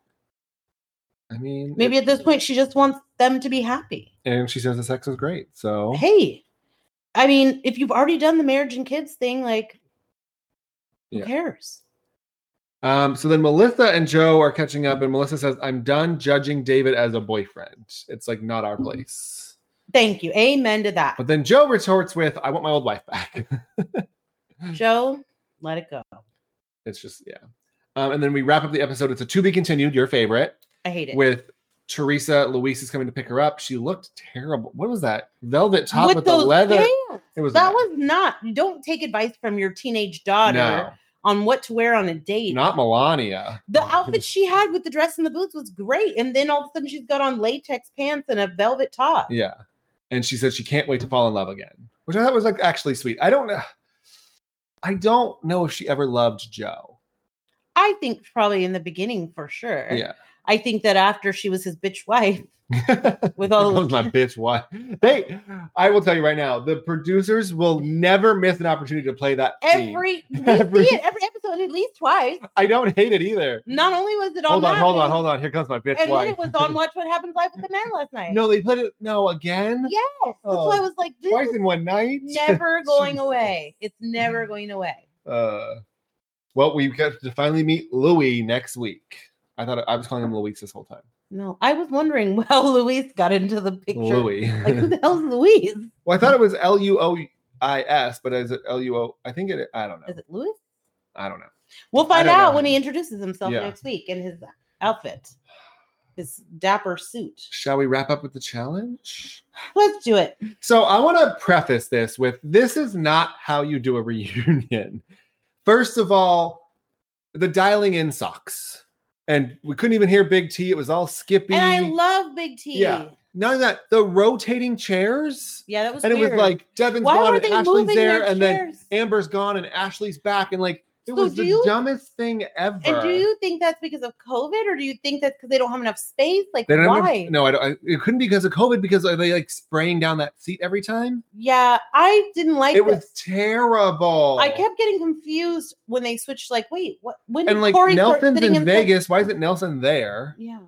I mean, Maybe it- at this point she just wants them to be happy. and she says the sex is great. So Hey, I mean, if you've already done the marriage and kids thing, like who Yeah. cares? um, so then Melissa and Joe are catching up, and Melissa says, I'm done judging David as a boyfriend. It's like not Mm-hmm. our place. Thank you. Amen to that. But then Joe retorts with, I want my old wife back. Joe, let it go. it's just, yeah. Um, and then we wrap up the episode. It's a to be continued, your favorite. I hate it. with Teresa. Luis is coming to pick her up. She looked terrible. What was that velvet top with, the those leather? pants. It was That bad. was not. Don't take advice from your teenage daughter on what to wear on a date. no, not Melania. the outfit she had with the dress and the boots was great, and then all of a sudden she's got on latex pants and a velvet top. Yeah, and she said she can't wait to fall in love again, which I thought was like actually sweet. I don't know. I don't know if she ever loved Joe. I think probably in the beginning for sure. Yeah, I think that after she was his bitch wife with all That the was my bitch wife. They, I will tell you right now, the producers will never miss an opportunity to play that scene. every we Every- see it every episode at least twice. I don't hate it either. Not only was it on Hold on, that, hold on, hold on. Here comes my bitch and then wife. it was on Watch What Happens Live with the Man last night. no, they put it no again. Oh, yes, that's why I was like, this Twice is in one night. never going away. It's never going away. Uh, well, we got to finally meet Louis next week. I thought I was calling him Luis this whole time. No, I was wondering how Luis got into the picture. Louis. Like, who the hell's Luis? well, I thought it was L U O I S, but is it L U O? I think it. I don't know. Is it Luis? I don't know. We'll find don't out know. when he introduces himself Yeah. next week in his outfit, his dapper suit. Shall we wrap up with the challenge? Let's do it. So I want to preface this with this is not how you do a reunion. First of all, the dialing in sucks. And we couldn't even hear Big T. It was all Skippy. And I love Big T. Yeah. None of that. The rotating chairs. Yeah, that was. and it weird. was like Devin's why gone were and they Ashley's moving there. their And then chairs? Amber's gone and Ashley's back. And like it So was do the you- dumbest thing ever. and do you think that's because of COVID, or do you think that's because they don't have enough space? Like, they don't have- why? no, I don't. I, it couldn't be because of COVID because are they like spraying down that seat every time? Yeah, I didn't like It this. was terrible. I kept getting confused when they switched. Like, wait, what? When and did like Corey start Nelson's sitting in the- Vegas. Why isn't Nelson there? Yeah,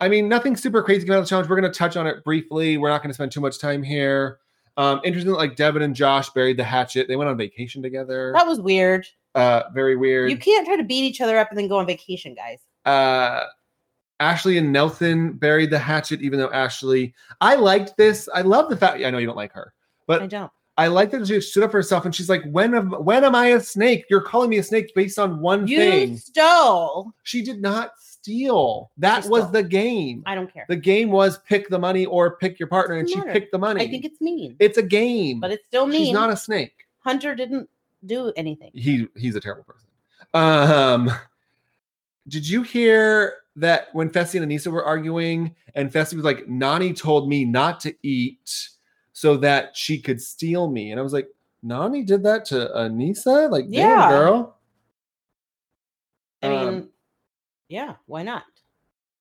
I mean, nothing super crazy came out of the challenge. We're going to touch on it briefly. We're not going to spend too much time here. Um, interesting, that, like Devin and Josh buried the hatchet. They went on vacation together. that was weird. Uh, very weird. You can't try to beat each other up and then go on vacation, guys. uh, Ashley and Nelson buried the hatchet, even though Ashley, I liked this. I love the fact. I know you don't like her, I but don't. I, like that she stood up for herself and she's like, "When am when am I a snake? You're calling me a snake based on one You thing." stole. She did not steal. That She was stole. the game. I don't care. The game was pick the money or pick your partner, and Doesn't she matter. picked the money. I think it's mean, it's a game, but it's still mean. she's not a snake. Hunter didn't do anything. He he's a terrible person. Um, did you hear that when Fessy and Anissa were arguing, and Fessy was like, "Nani told me not to eat so that she could steal me," and I was like, "Nani did that to Anissa? Like, Yeah. damn girl." I Um, mean, yeah, why not?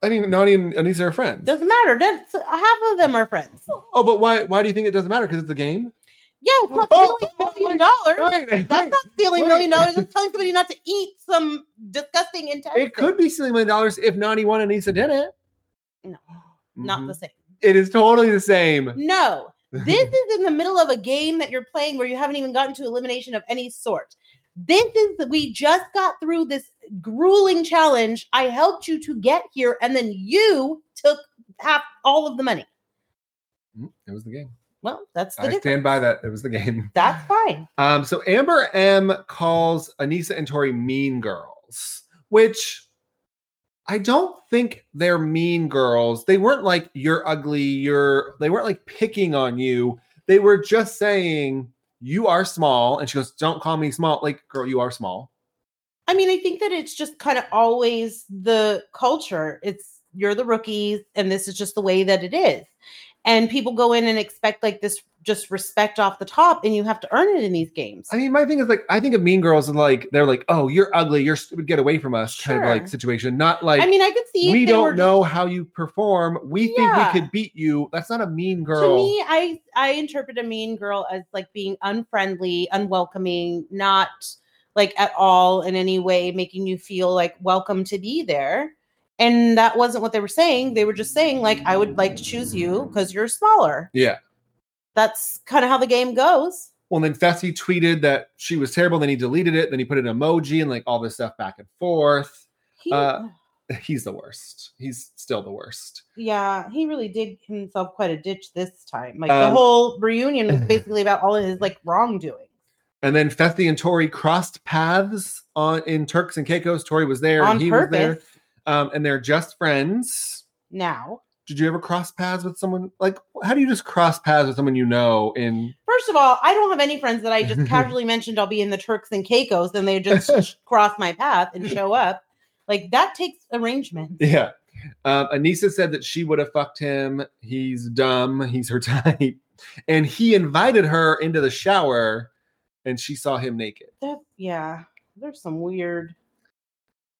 I mean, Nani and Anissa are friends. Doesn't matter. That's half of them are friends. oh, but why? Why do you think it doesn't matter? Because it's a game. Yeah, it's not Oh, stealing a million dollars. That's not stealing a Wait. million dollars. It's telling somebody not to eat some disgusting intestine. oh. It could be stealing million dollars if Nani won and Issa didn't. No, not Mhm. the same. It is totally the same. No, this is in the middle of a game that you're playing where you haven't even gotten to elimination of any sort. This is we just got through this grueling challenge. I helped you to get here, and then you took half all of the money. Mm, It was the game. Well, that's the I difference. stand by that. It was the game. That's fine. Um, so Amber M calls Anissa and Tori mean girls, which I don't think they're mean girls. They weren't like you're ugly, you're they weren't like picking on you. They were just saying you are small. And she goes, Don't call me small. Like, girl, you are small. I mean, I think that it's just kind of always the culture. It's you're the rookies, and this is just the way that it is. And people go in and expect like this just respect off the top, and you have to earn it in these games. I mean, my thing is like I think of Mean Girls and like they're like, oh, you're ugly, you're stupid, get away from us, kind of Sure. like situation. Not like I mean, I could see if we they were don't just- know how you perform. We Yeah. think we could beat you. That's not a Mean Girl. To me, I I interpret a mean girl as like being unfriendly, unwelcoming, not like at all in any way making you feel like welcome to be there. And that wasn't what they were saying. They were just saying like I would like to choose you because you're smaller. yeah. That's kind of how the game goes. Well, then Fessy tweeted that she was terrible. Then he deleted it. Then he put an emoji and like all this stuff back and forth. He, Uh, He's the worst. He's still the worst. yeah, he really did himself quite a ditch this time. Like the Um, whole reunion was basically about all of his like wrongdoing And then Fessy and Tori crossed paths on in Turks and Caicos. Tori was there. on and he was there. purpose. Um, and they're just friends. Now, did you ever cross paths with someone like how do you just cross paths with someone you know in First of all, I don't have any friends that I just casually mentioned I'll be in the Turks and Caicos, and they just cross my path and show up. Like that takes arrangement. yeah um, anisa said that she would have fucked him he's dumb he's her type and he invited her into the shower and she saw him naked That yeah, there's some weird.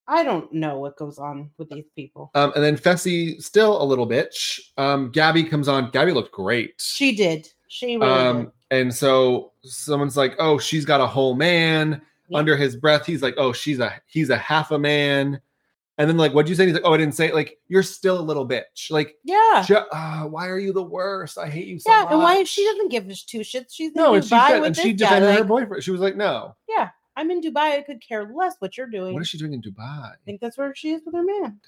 I don't know what goes on with these people. Um, and then Fessy, still a little bitch. Um, Gabby comes on. Gabby looked great. She did. She really did. Um, and so someone's like, "Oh, she's got a whole man." Yeah. Under his breath, he's like, "Oh, she's a he's a half a man." And then like, what'd you say? And he's like, "Oh, I didn't say it." Like, you're still a little bitch. Like, Yeah. ju- uh, why are you the worst? I hate you so yeah. much. And why she doesn't give us two shits? She's in No, and she Dubai said, with and this she guy. defended her like, boyfriend. She was like, "No, I'm in Dubai. I could care less what you're doing. what is she doing in Dubai?" I think that's where she is with her man.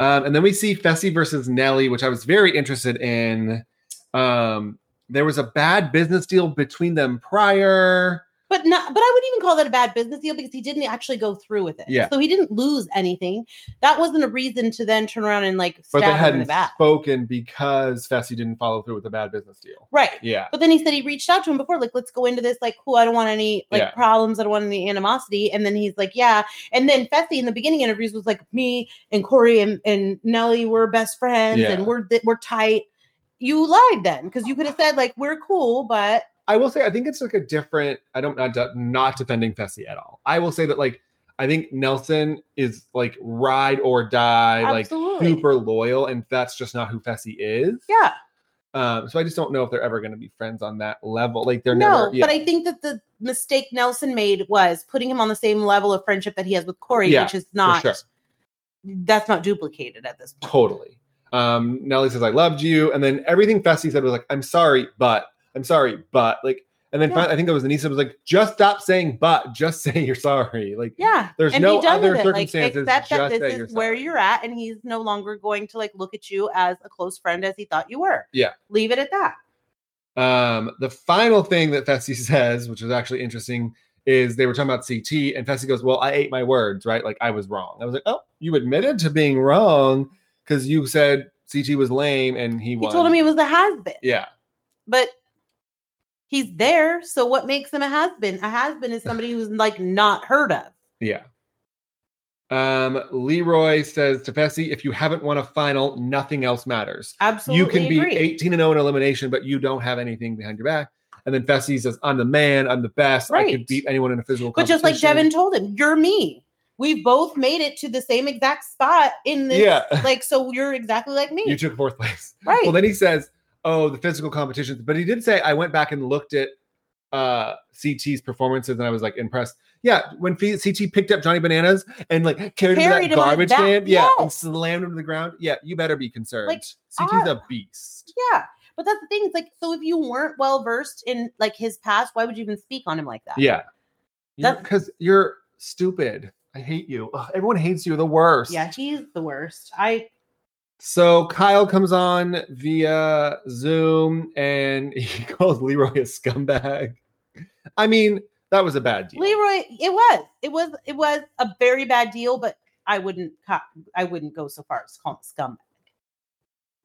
Um, and then we see Fessy versus Nelly, which I was very interested in. Um, there was a bad business deal between them prior. But not. But I wouldn't even call that a bad business deal because he didn't actually go through with it. Yeah. So he didn't lose anything. That wasn't a reason to then turn around and like but stab they him in the hadn't back. spoken because Fessy didn't follow through with the bad business deal. Right. Yeah. But then he said he reached out to him before, like, let's go into this, like, cool, I don't want any like Yeah. problems, I don't want any animosity. And then he's like, yeah. And then Fessy in the beginning interviews was like, me and Corey and, and Nelly were best friends Yeah. and we're th- we're tight. You lied then because you could have said like we're cool, but I will say I think it's like a different. I don't not de- not defending Fessy at all. I will say that like I think Nelson is like ride or die, Absolutely. like super loyal, and that's just not who Fessy is. yeah, Um, so I just don't know if they're ever going to be friends on that level. Like they're no. never. yeah. But I think that the mistake Nelson made was putting him on the same level of friendship that he has with Corey, Yeah, which is not sure. that's not duplicated at this point. Totally. Um, Nelly says, I loved you. And then everything Fessy said was like, I'm sorry, but I'm sorry, but like, and then Yeah. finally, I think it was Anissa was like, just stop saying but, just say you're sorry. Like, Yeah. There's and no be done other with it. circumstances, Like, accept just that that this you're is where sorry. you're at, and he's no longer going to like look at you as a close friend as he thought you were. Yeah. Leave it at that. Um, the final thing that Fessy says, which is actually interesting, is they were talking about CT, and Fessy goes, Well, I ate my words, right? Like I was wrong. I was like, Oh, you admitted to being wrong because you said CT was lame and he, He won. told him he was a has been, Yeah. but he's there. So what makes him a has been? A has been is somebody who's like not heard of. Yeah. Um, Leroy says to Fessy, if you haven't won a final, nothing else matters. Absolutely. you can be agree. 18 and 0 in elimination, but you don't have anything behind your back. And then Fessy says, I'm the man, I'm the best. I Right. could beat anyone in a physical But just like competition." Devin told him, you're me. We both made it to the same exact spot in this. Yeah. Like, so you're exactly like me. you took fourth place. right. Well, then he says, Oh, the physical competitions. But he did say, I went back and looked at uh CT's performances and I was like impressed. Yeah, when F- CT picked up Johnny Bananas and like carried, him Carried to that him on garbage his back. can, yeah, and Yes. slammed him to the ground. Yeah, you better be concerned. Like, ah. CT's I- a beast. Yeah. But that's the thing. It's like, so if you weren't well versed in like his past, why would you even speak on him like that? Yeah. That's- Because you're stupid. I hate you. Ugh, everyone hates you. You're The worst. Yeah, he's the worst. I So Kyle comes on via Zoom and he calls Leroy a scumbag. I mean, that was a bad deal. Leroy, it was. It was it was a very bad deal, but I wouldn't co- I wouldn't go so far as to call him a scumbag.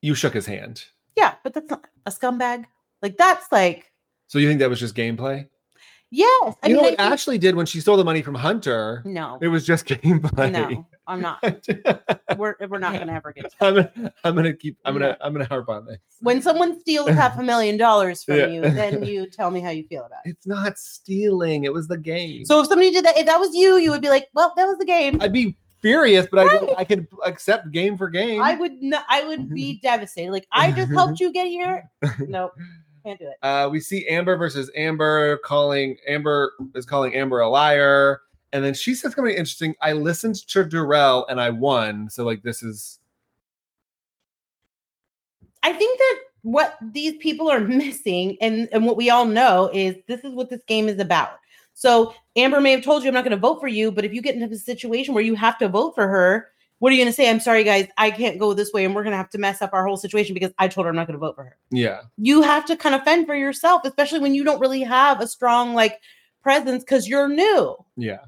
you shook his hand. Yeah, but that's not a scumbag. Like that's like So you think that was just gameplay? yes. I you know mean what I think- Ashley did when she stole the money from Hunter? No. It was just gameplay. No, I'm not. We're we're not gonna ever get to that. I'm, gonna, I'm gonna keep. I'm gonna. No. I'm gonna harp on this. when someone steals half a million dollars from Yeah. you, then you tell me how you feel about it. It's not stealing. It was the game. So if somebody did that, if that was you, you would be like, Well, that was the game. I'd be furious, but I Right. I could accept game for game. I would not. I would be devastated. Like I just helped you get here. Nope, can't do it. Uh, we see Amber versus Amber calling Amber is calling Amber a liar, and then she says something interesting. I listened to Durrell and I won. So like this is I think that what these people are missing, and and what we all know is this is what this game is about. So Amber may have told you I'm not going to vote for you, but if you get into a situation where you have to vote for her, what are you going to say? I'm sorry, guys, I can't go this way, and we're going to have to mess up our whole situation because I told her I'm not going to vote for her. yeah. you have to kind of fend for yourself, especially when you don't really have a strong like presence because you're new. Yeah.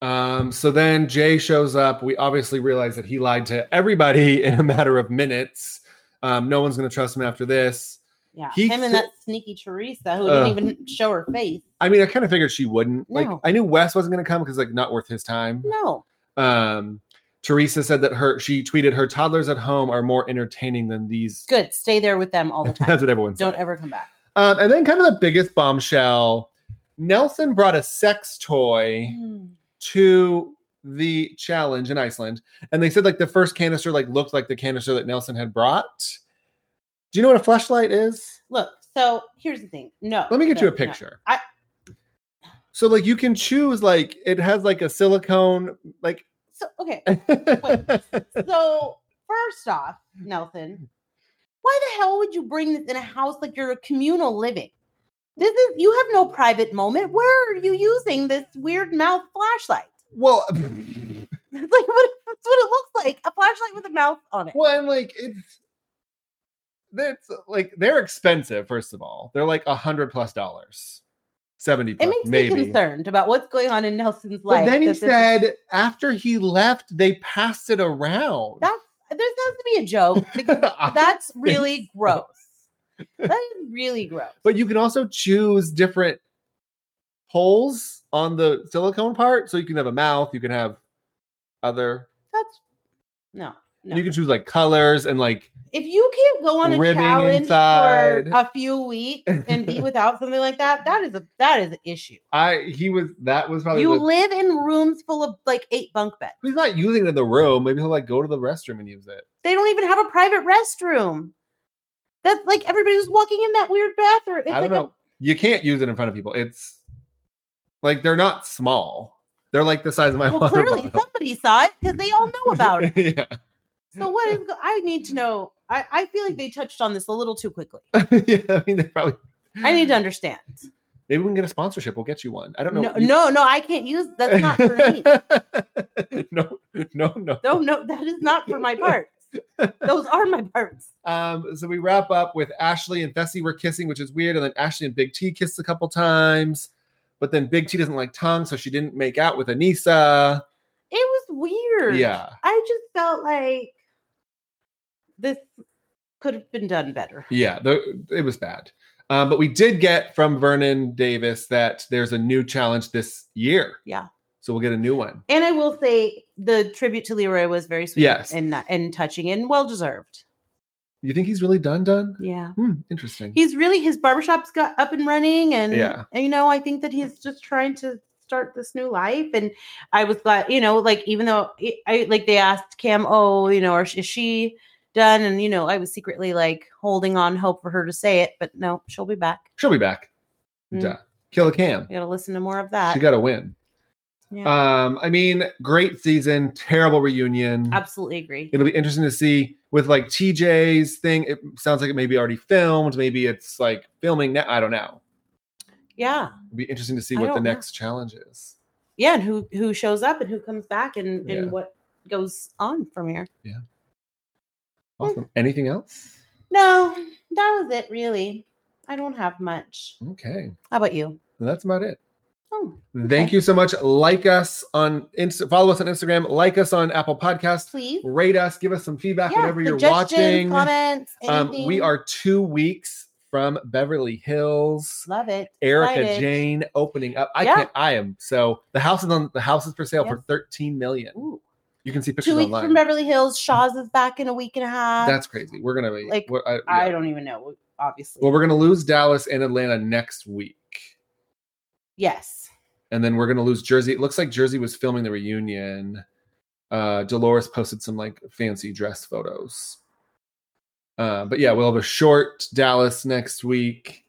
Um, so then Jay shows up. We obviously realize that he lied to everybody in a matter of minutes. Um, no one's going to trust him after this. Yeah, He him fit- and that sneaky Teresa who Ugh. didn't even show her face. I mean, I kind of figured she wouldn't. Like, No. I knew Wes wasn't going to come because, like, not worth his time. No, Um, Teresa said that her she tweeted her toddlers at home are more entertaining than these. good. Stay there with them all the time. That's what everyone said. Don't ever come back. Um, and then kind of the biggest Hmm. bombshell. Nelson brought a sex toy to the challenge in Iceland, and they said like the first canister like looked like the canister that Nelson had brought. Do you know what a flashlight is? Look, so here's the thing. No. Let me get no, you a no. picture. I- So like you can choose like it has like a silicone like So okay. So first off, Nelson, why the hell would you bring this in a house like you're a communal living? This is you have no private moment. Where are you using this weird mouth flashlight? well It's like what that's what it looks like. A flashlight with a mouth on it. well and like it's that's uh, like they're expensive first of all they're like a hundred plus dollars 70 It plus, makes me maybe concerned about what's going on in Nelson's but life. then he that this is- said after he left they passed it around That- "This has to be a joke because that's really gross. That is really gross." but you can also choose different holes on the silicone part so you can have a mouth you can have other That's no, no. you can choose like colors and like if you can't go on a Ribbing challenge inside. for a few weeks and be without something like that, that is a that is an issue. i he was that was probably you the- live in rooms full of like eight bunk beds. he's not using it in the room maybe he'll like go to the restroom and use it They don't even have a private restroom. That's like everybody was walking in that weird bathroom. It's i don't like a- know you can't use it in front of people it's like they're not small they're like the size of my well, water clearly bottle. somebody saw it because they all know about it. yeah So what is? go- I need to know. I, I feel like they touched on this a little too quickly. yeah i mean they probably I need to understand. maybe we can get a sponsorship we'll get you one i don't know No, you- no, no, I can't use. That's not for me. no no no No, no, that is not for my parts. Those are my parts. Um, so we wrap up with Ashley and Fessy were kissing, which is weird. And then Ashley and Big T kissed a couple times, but then Big T doesn't like tongue, so she didn't make out with Anissa. It was weird. Yeah, I just felt like this could have been done better. yeah, the, it was bad. Um, but we did get from Vernon Davis that there's a new challenge this year. Yeah. So we'll get a new one. And I will say the tribute to Leroy was very sweet Yes. and not- and touching and well deserved. You think he's really done, done? Yeah. Hmm, interesting. He's really his barbershop's got up and running and, Yeah. and, you know, I think that he's just trying to start this new life and I was glad, you know, like even though I- I like they asked Cam, "Oh, you know, or is she done?" and you know, I was secretly like holding on hope for her to say it, but no, she'll be back. She'll be back. Mm. Duh. Kill a cam. We got to listen to more of that. She got a win. Yeah. Um, I mean, great season, terrible reunion. Absolutely agree. it'll be interesting to see with like TJ's thing. It sounds like it may be already filmed. Maybe it's like filming now. I don't know. Yeah. It'll be interesting to see I what the don't know. next challenge is. Yeah. And who who shows up and who comes back and, and Yeah. what goes on from here. Hmm. Awesome. Anything else? No, that was it really. I don't have much. Okay. How about you? That's about it. Oh, Thank Okay. you so much. Like us on Insta, follow us on Instagram, like us on Apple Podcasts, please. rate us, give us some feedback whenever you're suggestions, watching. comments, Um, we anything. are two weeks from Beverly Hills. love it. Erica Excited. Jane opening up. I Yeah. can't. I am so the house is on the house is for sale for Yeah. thirteen million. Ooh. You can see pictures Two weeks online. from Beverly Hills. Shaw's is back in a week and a half. That's crazy. We're gonna be like, we're- I- I yeah. don't even know. Obviously, well, we're gonna lose Dallas and Atlanta next week, yes. and then we're gonna lose Jersey. It looks like Jersey was filming the reunion. Uh, Dolores posted some like fancy dress photos. Uh, but yeah, we'll have a short Dallas next week,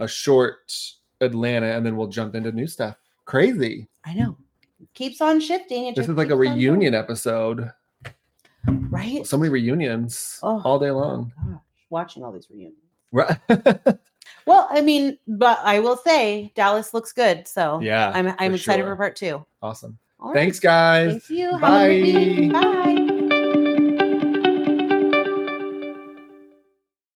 a short Atlanta, and then we'll jump into new stuff. Crazy. I know. Keeps on shifting. It This just is like a keeps on reunion episode. going, right? So many reunions Oh. all day long. Gosh, watching all these reunions. Right? Oh. Well, I mean, but I will say Dallas looks good. So yeah. I'm I'm excited sure. for part two. Awesome. All right. Thanks, guys. Thank you. Have a good week. Bye. Bye.